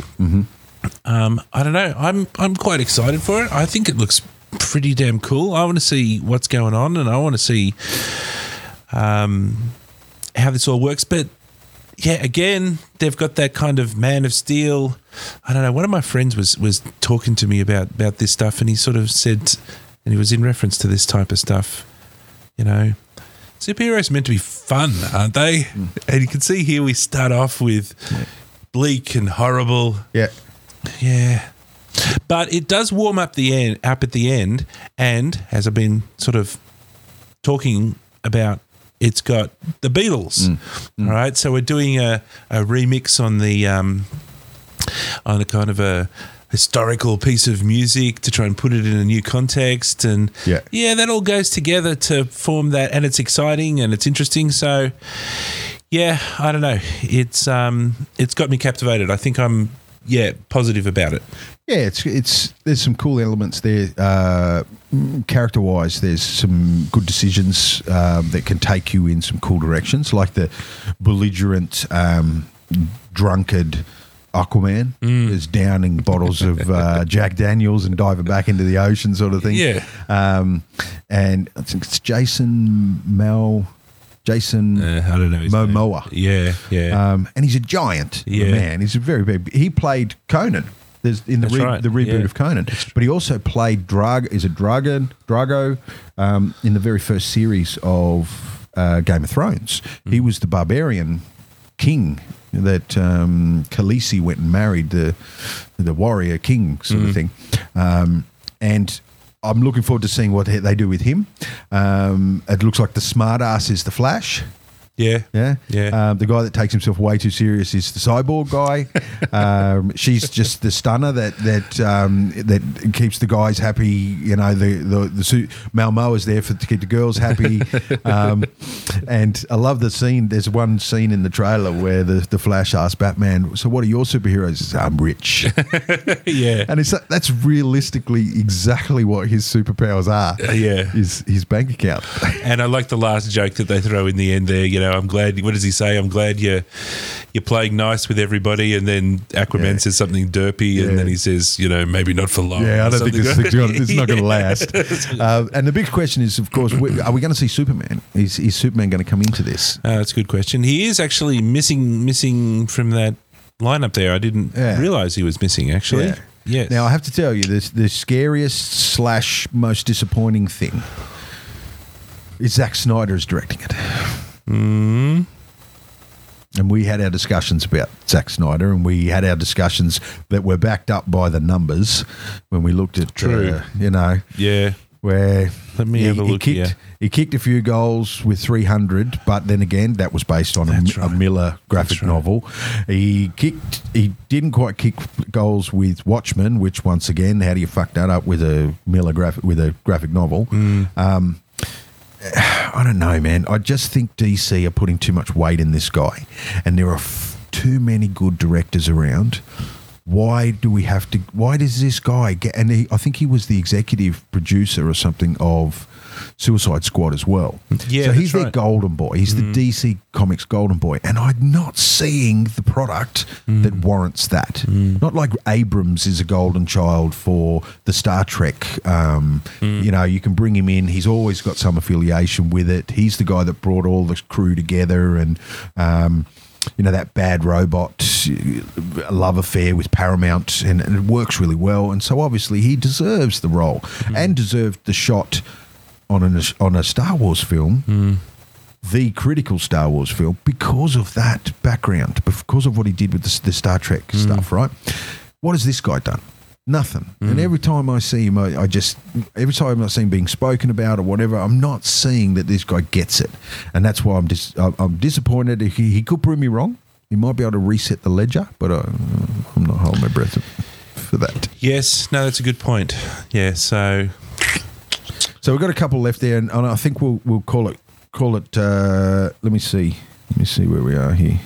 B: Um, I don't know. I'm I'm quite excited for it. I think it looks pretty damn cool. I want to see what's going on, and I want to see um, how this all works. But yeah, again, they've got that kind of Man of Steel. I don't know. One of my friends was was talking to me about about this stuff, and he sort of said, and he was in reference to this type of stuff. You know, superheroes are meant to be fun, aren't they? And you can see here we start off with bleak and horrible.
A: Yeah.
B: Yeah. But it does warm up the end up at the end and as I've been sort of talking about it's got the Beatles. All right. So we're doing a, a remix on the um, on a kind of a historical piece of music to try and put it in a new context and
A: Yeah.
B: yeah, that all goes together to form that, and it's exciting and it's interesting. So, yeah, I don't know. It's um, it's got me captivated. I think I'm yeah positive about it.
A: Yeah, it's it's there's some cool elements there. Uh, character wise, there's some good decisions um, that can take you in some cool directions, like the belligerent, um, drunkard Aquaman is downing bottles of uh, Jack Daniels and diving back into the ocean, sort of thing.
B: Yeah.
A: um, and I think it's Jason Mal. Jason
B: Uh, I don't know his name.
A: Momoa.
B: Yeah, yeah.
A: Um, and he's a giant the
B: Yeah.
A: man. He's a very big. He played Conan. There's in the
B: That's
A: re-
B: right,
A: the reboot
B: yeah.
A: of Conan, but he also played Drag is a Dragon Drago um, in the very first series of uh, Game of Thrones. He
B: Mm.
A: was the barbarian king that um, Khaleesi went and married the the warrior king sort
B: Mm.
A: of thing, um, and. I'm looking forward to seeing what he- they do with him. Um, it looks like the smart ass is the Flash.
B: Yeah,
A: Yeah,
B: Yeah.
A: Um, the guy that takes himself way too serious is the cyborg guy. um, she's just the stunner that that um, that keeps the guys happy. You know, the the, the suit Malmo is there for to keep the girls happy. um, and I love the scene. There's one scene in the trailer where the the Flash asks Batman, "So what are your superheroes?" He says, I'm rich.
B: yeah.
A: And it's that's realistically exactly what his superpowers are.
B: yeah.
A: is his bank account.
B: And I like the last joke that they throw in the end there. You know, I'm glad. What does he say? I'm glad you're you're playing nice with everybody. And then Aquaman
A: Yeah.
B: says something derpy,
A: Yeah.
B: and then he says, you know, maybe not for long.
A: Yeah, I
B: or
A: don't think
B: something
A: this
B: like-
A: thing's gonna, it's not going to
B: Yeah.
A: last. Uh, and the big question is, of course, we, are we going to see Superman? Is, is Superman going to come into this?
B: Uh, that's a good question. He is actually missing missing from that lineup there. I didn't
A: Yeah.
B: realize he was missing actually.
A: Yeah.
B: Yeah. Yes.
A: Now, I have to tell you, the, the scariest slash most disappointing thing is Zack Snyder is directing it.
B: Mm.
A: And we had our discussions about Zack Snyder, and we had our discussions that were backed up by the numbers when we looked at,
B: True.
A: uh, you know,
B: Yeah.
A: where
B: Let me
A: he,
B: have a
A: he
B: look
A: kicked
B: here.
A: he kicked a few goals with 300, but then again that was based on a, a Miller graphic novel. He kicked he didn't quite kick goals with Watchmen, which once again, how do you fuck that up with a Miller graphic with a graphic novel? Um, I don't know, man. I just think DC are putting too much weight in this guy, and there are f- too many good directors around. Why do we have to? Why does this guy get? And he, I think he was the executive producer or something of Suicide Squad as well.
B: Yeah,
A: so
B: that's
A: he's their
B: right.
A: golden boy. He's
B: Mm.
A: the DC Comics golden boy, and I'm not seeing the product that warrants that. Not like Abrams is a golden child for the Star Trek. Um, You know, you can bring him in. He's always got some affiliation with it. He's the guy that brought all the crew together, and um, you know that bad robot uh, love affair with Paramount, and, and it works really well. And so obviously he deserves the role and deserved the shot. On a, on a Star Wars film, the critical Star Wars film because of that background, because of what he did with the, the Star Trek stuff, right? What has this guy done? Nothing. And every time I see him, I, I just, every time I see him being spoken about or whatever, I'm not seeing that this guy gets it. And that's why I'm just, I'm I'm disappointed. He, he could prove me wrong. He might be able to reset the ledger, but I, I'm not holding my breath for that.
B: Yes, no, that's a good point. Yeah, so
A: So we've got a couple left there, and, and I think we'll we'll call it call it. Uh, let me see, let me see where we are here.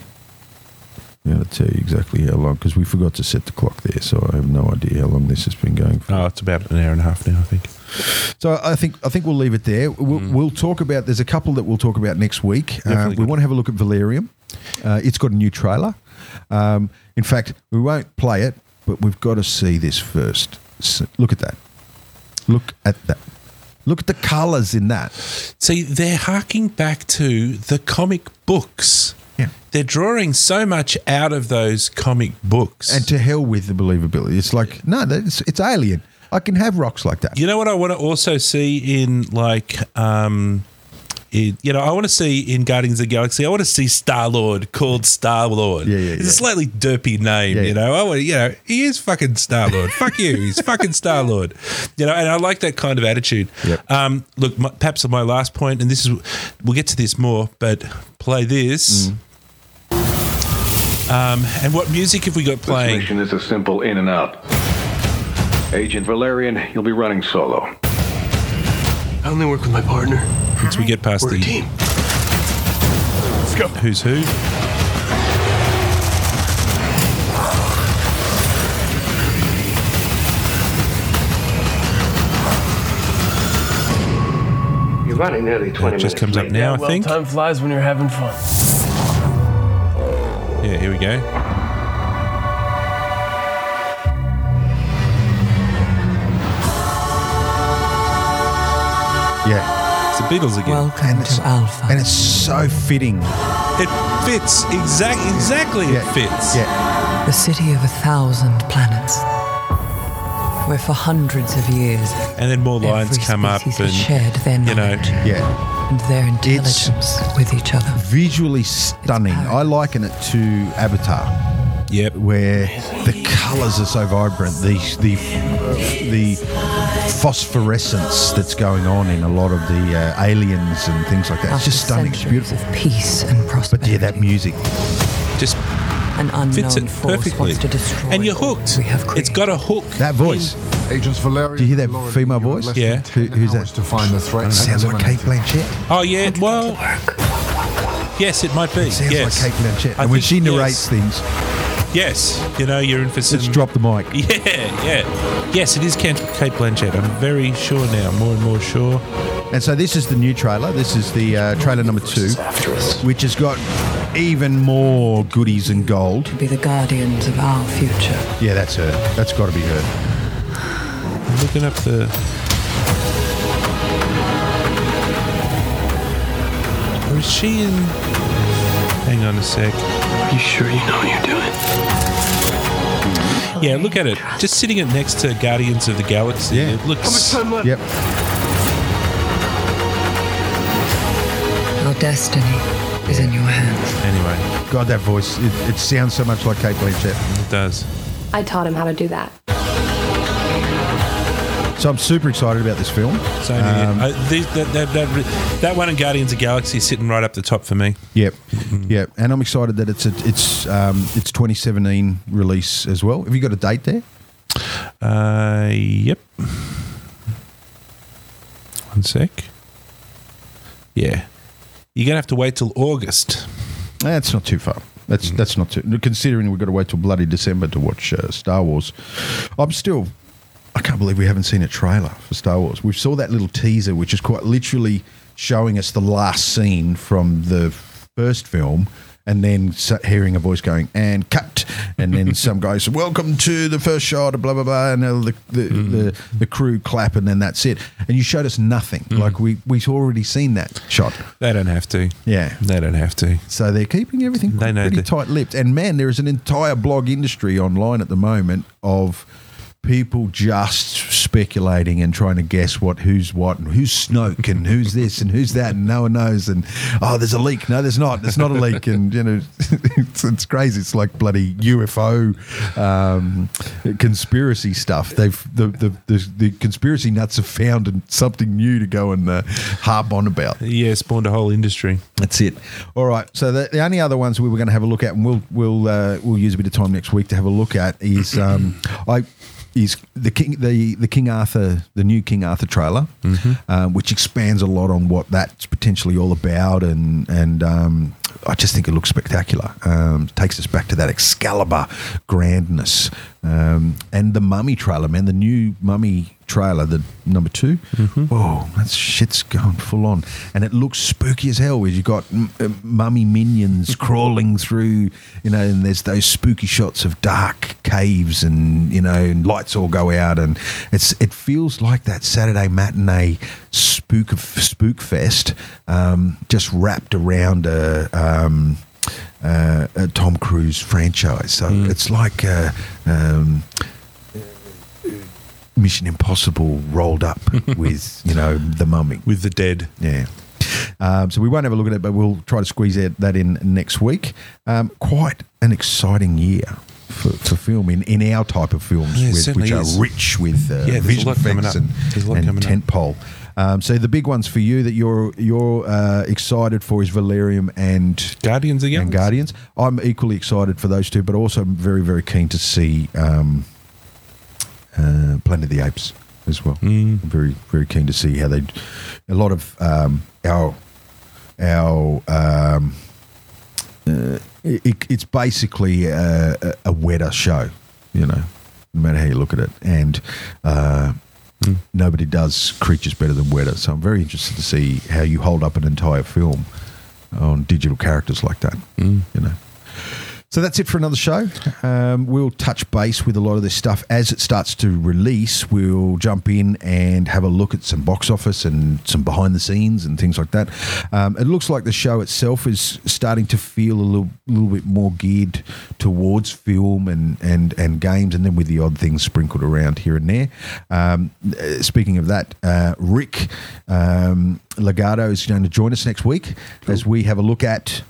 A: I'm going to tell you exactly how long because we forgot to set the clock there, so I have no idea how long this has been going for.
B: oh, it's about an hour and a half now, I think.
A: So I think I think we'll leave it there. We'll, we'll talk about. There's a couple that we'll talk about next week. Uh, we want to have a look at Valerium. Uh, it's got a new trailer. Um, in fact, we won't play it, but we've got to see this first. S look at that. Look at that. Look at the colours in that.
B: See, they're harking back to the comic books.
A: Yeah.
B: They're drawing so much out of those comic books.
A: And to hell with the believability. It's like, no, that's, it's alien. I can have rocks like that.
B: You know what I want to also see in like um in, you know, I want to see in Guardians of the Galaxy. I want to see Star Lord called Star Lord. Yeah, yeah, It's a slightly derpy name, you know. I want, you know, he is fucking Star Lord. Fuck you, he's fucking Star Lord. You know, and I like that kind of attitude. Um, look, my, perhaps my last point, and this is, we'll get to this more, but play this. Um, and what music have we got
M: This
B: playing?
M: mission is a simple in and out. Agent Valerian, you'll be running solo.
B: I only work with my partner. Once we get past the team. Let's go. Who's who?
L: You're running nearly 20
B: It just comes up now, I think.
L: time flies when you're having fun.
B: Yeah, here we go.
A: Yeah.
B: It's the Beatles again.
A: and it's, Alpha. And it's so fitting.
B: It fits. Exact, exactly, it fits.
A: Yeah.
N: The city of a thousand planets, where for hundreds of years
B: And then more lines come up.
N: species
B: and
N: has shared their
B: You know,
A: yeah.
N: and their intelligence with each other.
A: Visually stunning. I liken it to Avatar.
B: Yep.
A: Where the colours are so vibrant, the the the phosphorescence that's going on in a lot of the uh, aliens and things like that. It's just stunning. It's beautiful.
N: Of peace and
A: But
N: prosperity.
A: yeah, that music.
B: Just
N: An unknown
B: fits it
N: force
B: perfectly.
N: wants to destroy.
B: And you're hooked. It's got a hook.
A: That voice.
I: Agents Valerian.
A: Do you hear that female voice?
B: less than Yeah.
A: Who, who's that?
I: To find the threat.
A: Sounds like Kate Blanchett.
B: Oh, yeah. Well, yes, it might be.
A: Sounds
B: yes.
A: like Kate Blanchett. And when she narrates things,
B: Yes, you know you're in for some.
A: Let's drop the mic.
B: Yeah, yeah. Yes, it is Kate Kate Blanchett. I'm very sure now, more and more sure.
A: And so this is the new trailer. This is the uh, trailer number two, which has got even more goodies and gold.
N: To be the guardians of our future.
A: Yeah, that's her. That's got to be her.
B: I'm looking up the. Or is she in? Hang on a sec. Are you sure you know you're doing? Yeah, look at it. Just sitting it next to Guardians of the Galaxy. Yeah. It looks.
L: How much time left?
A: Yep.
N: Our destiny is in your hands.
B: Anyway,
A: God, that voice. It, it sounds so much like Kate Blanchett.
B: it does.
O: I taught him how to do that.
A: So I'm super excited about this film. Um,
B: So that, that, that, that one and Guardians of Galaxy is sitting right up the top for me.
A: Yep, yep, and I'm excited that it's a, it's um, it's 2017 release as well. Have you got a date there?
B: Uh, yep. One sec. Yeah, you're gonna have to wait till August.
A: That's not too far. That's that's not too. Considering we've got to wait till bloody December to watch uh, Star Wars, I'm still. I can't believe we haven't seen a trailer for Star Wars. We saw that little teaser, which is quite literally showing us the last scene from the first film, and then sa- hearing a voice going and cut, and then some guy said, "Welcome to the first shot," blah blah blah, and the the, the the crew clap, and then that's it. And you showed us nothing. Like we we've already seen that shot.
B: They don't have to.
A: Yeah.
B: They don't have to.
A: So they're keeping everything
B: They know
A: pretty
B: the-
A: tight-lipped. And man, there is an entire blog industry online at the moment of people just speculating and trying to guess what who's what and who's Snoke and who's this and who's that and no one knows and oh there's a leak no there's not there's not a leak and you know it's, it's crazy it's like bloody UFO um, conspiracy stuff they've the the, the the conspiracy nuts have found something new to go and uh, harp on about
B: Yeah, spawned a whole industry.
A: That's it. All right. So the, the only other ones we were going to have a look at, and we'll we'll uh, we'll use a bit of time next week to have a look at, is um, I is the king the the King Arthur the new King Arthur trailer, um, which expands a lot on what that's potentially all about, and and um, I just think it looks spectacular. Um, takes us back to that Excalibur grandness, um, and the Mummy trailer, man, the new Mummy trailer, the number 2 Oh, that shit's going full on, and it looks spooky as hell. Where you got m- uh, mummy minions crawling through, you know, and there's those spooky shots of dark caves, and you know, and lights all go out, and it's it feels like that Saturday matinee spook of spook fest, um, just wrapped around a. Um, uh, a Tom Cruise franchise, so it's like uh, um, Mission Impossible rolled up with you know the mummy
B: with the dead.
A: Yeah. Um, so we won't have a look at it, but we'll try to squeeze that, that in next week. Um, quite an exciting year for, for film in, in our type of films,
B: Yeah, it
A: with,
B: certainly
A: which
B: is.
A: are rich with uh,
B: Yeah, there's a
A: visual
B: lot coming
A: effects
B: up.
A: and,
B: There's a lot
A: and
B: coming up.
A: tentpole. Um, so the big ones for you that you're you're uh, excited for is Valerium and
B: Guardians again.
A: and Guardians. I'm equally excited for those two, but also I'm very very keen to see um, uh, Planet of the Apes as well. I'm very very keen to see how they. A lot of um, our our um, uh, it, it's basically a, a- a wetter show, you know, no matter how you look at it, and. Uh, Nobody does creatures better than Weta, so I'm very interested to see how you hold up an entire film on digital characters like that. You know, so that's it for another show. Um, we'll touch base with a lot of this stuff as it starts to release. We'll jump in and have a look at some box office and some behind the scenes and things like that. Um, it looks like the show itself is starting to feel a little, little bit more geared towards film and, and, and games, and then with the odd things sprinkled around here and there. Um, uh, speaking of that, uh, Rick um, Legato is going to join us next week as we have a look at.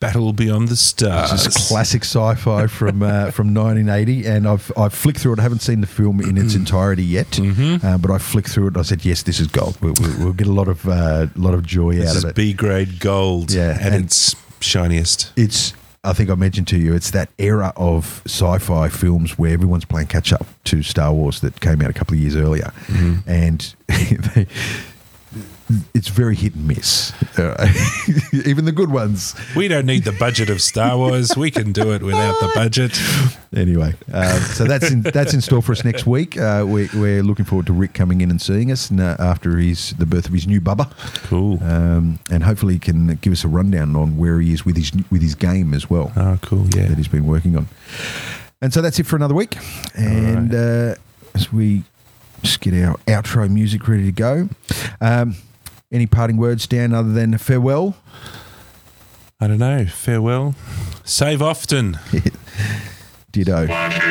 B: Battle Beyond the Stars.
A: This is classic sci-fi from uh, from 1980, and I've I've flicked through it. I haven't seen the film in
B: Mm.
A: its entirety yet,
B: Mm-hmm.
A: uh, but I flicked through it. and I said, "Yes, this is gold. We'll, we'll, we'll get a lot of uh, lot of joy
B: This
A: out
B: is
A: of it."
B: B grade gold
A: Yeah,
B: at
A: and-
B: its shiniest.
A: it's I think I mentioned to you, it's that era of sci-fi films where everyone's playing catch up to Star Wars that came out a couple of years earlier,
B: Mm-hmm.
A: and they, it's very hit and miss. Uh, Even the good ones.
B: We don't need the budget of Star Wars. We can do it without the budget.
A: Anyway, um, so that's in, that's in store for us next week. Uh, we, we're looking forward to Rick coming in and seeing us and, uh, after his the birth of his new bubba.
B: Cool.
A: Um, and hopefully he can give us a rundown on where he is with his with his game as well.
B: Oh, cool. Yeah,
A: that he's been working on. And so that's it for another week. And uh, as we just get our outro music ready to go, um, any parting words, Dan, other than farewell?
B: I don't know. Farewell. Save often.
A: Ditto.
O: How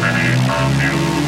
O: many of you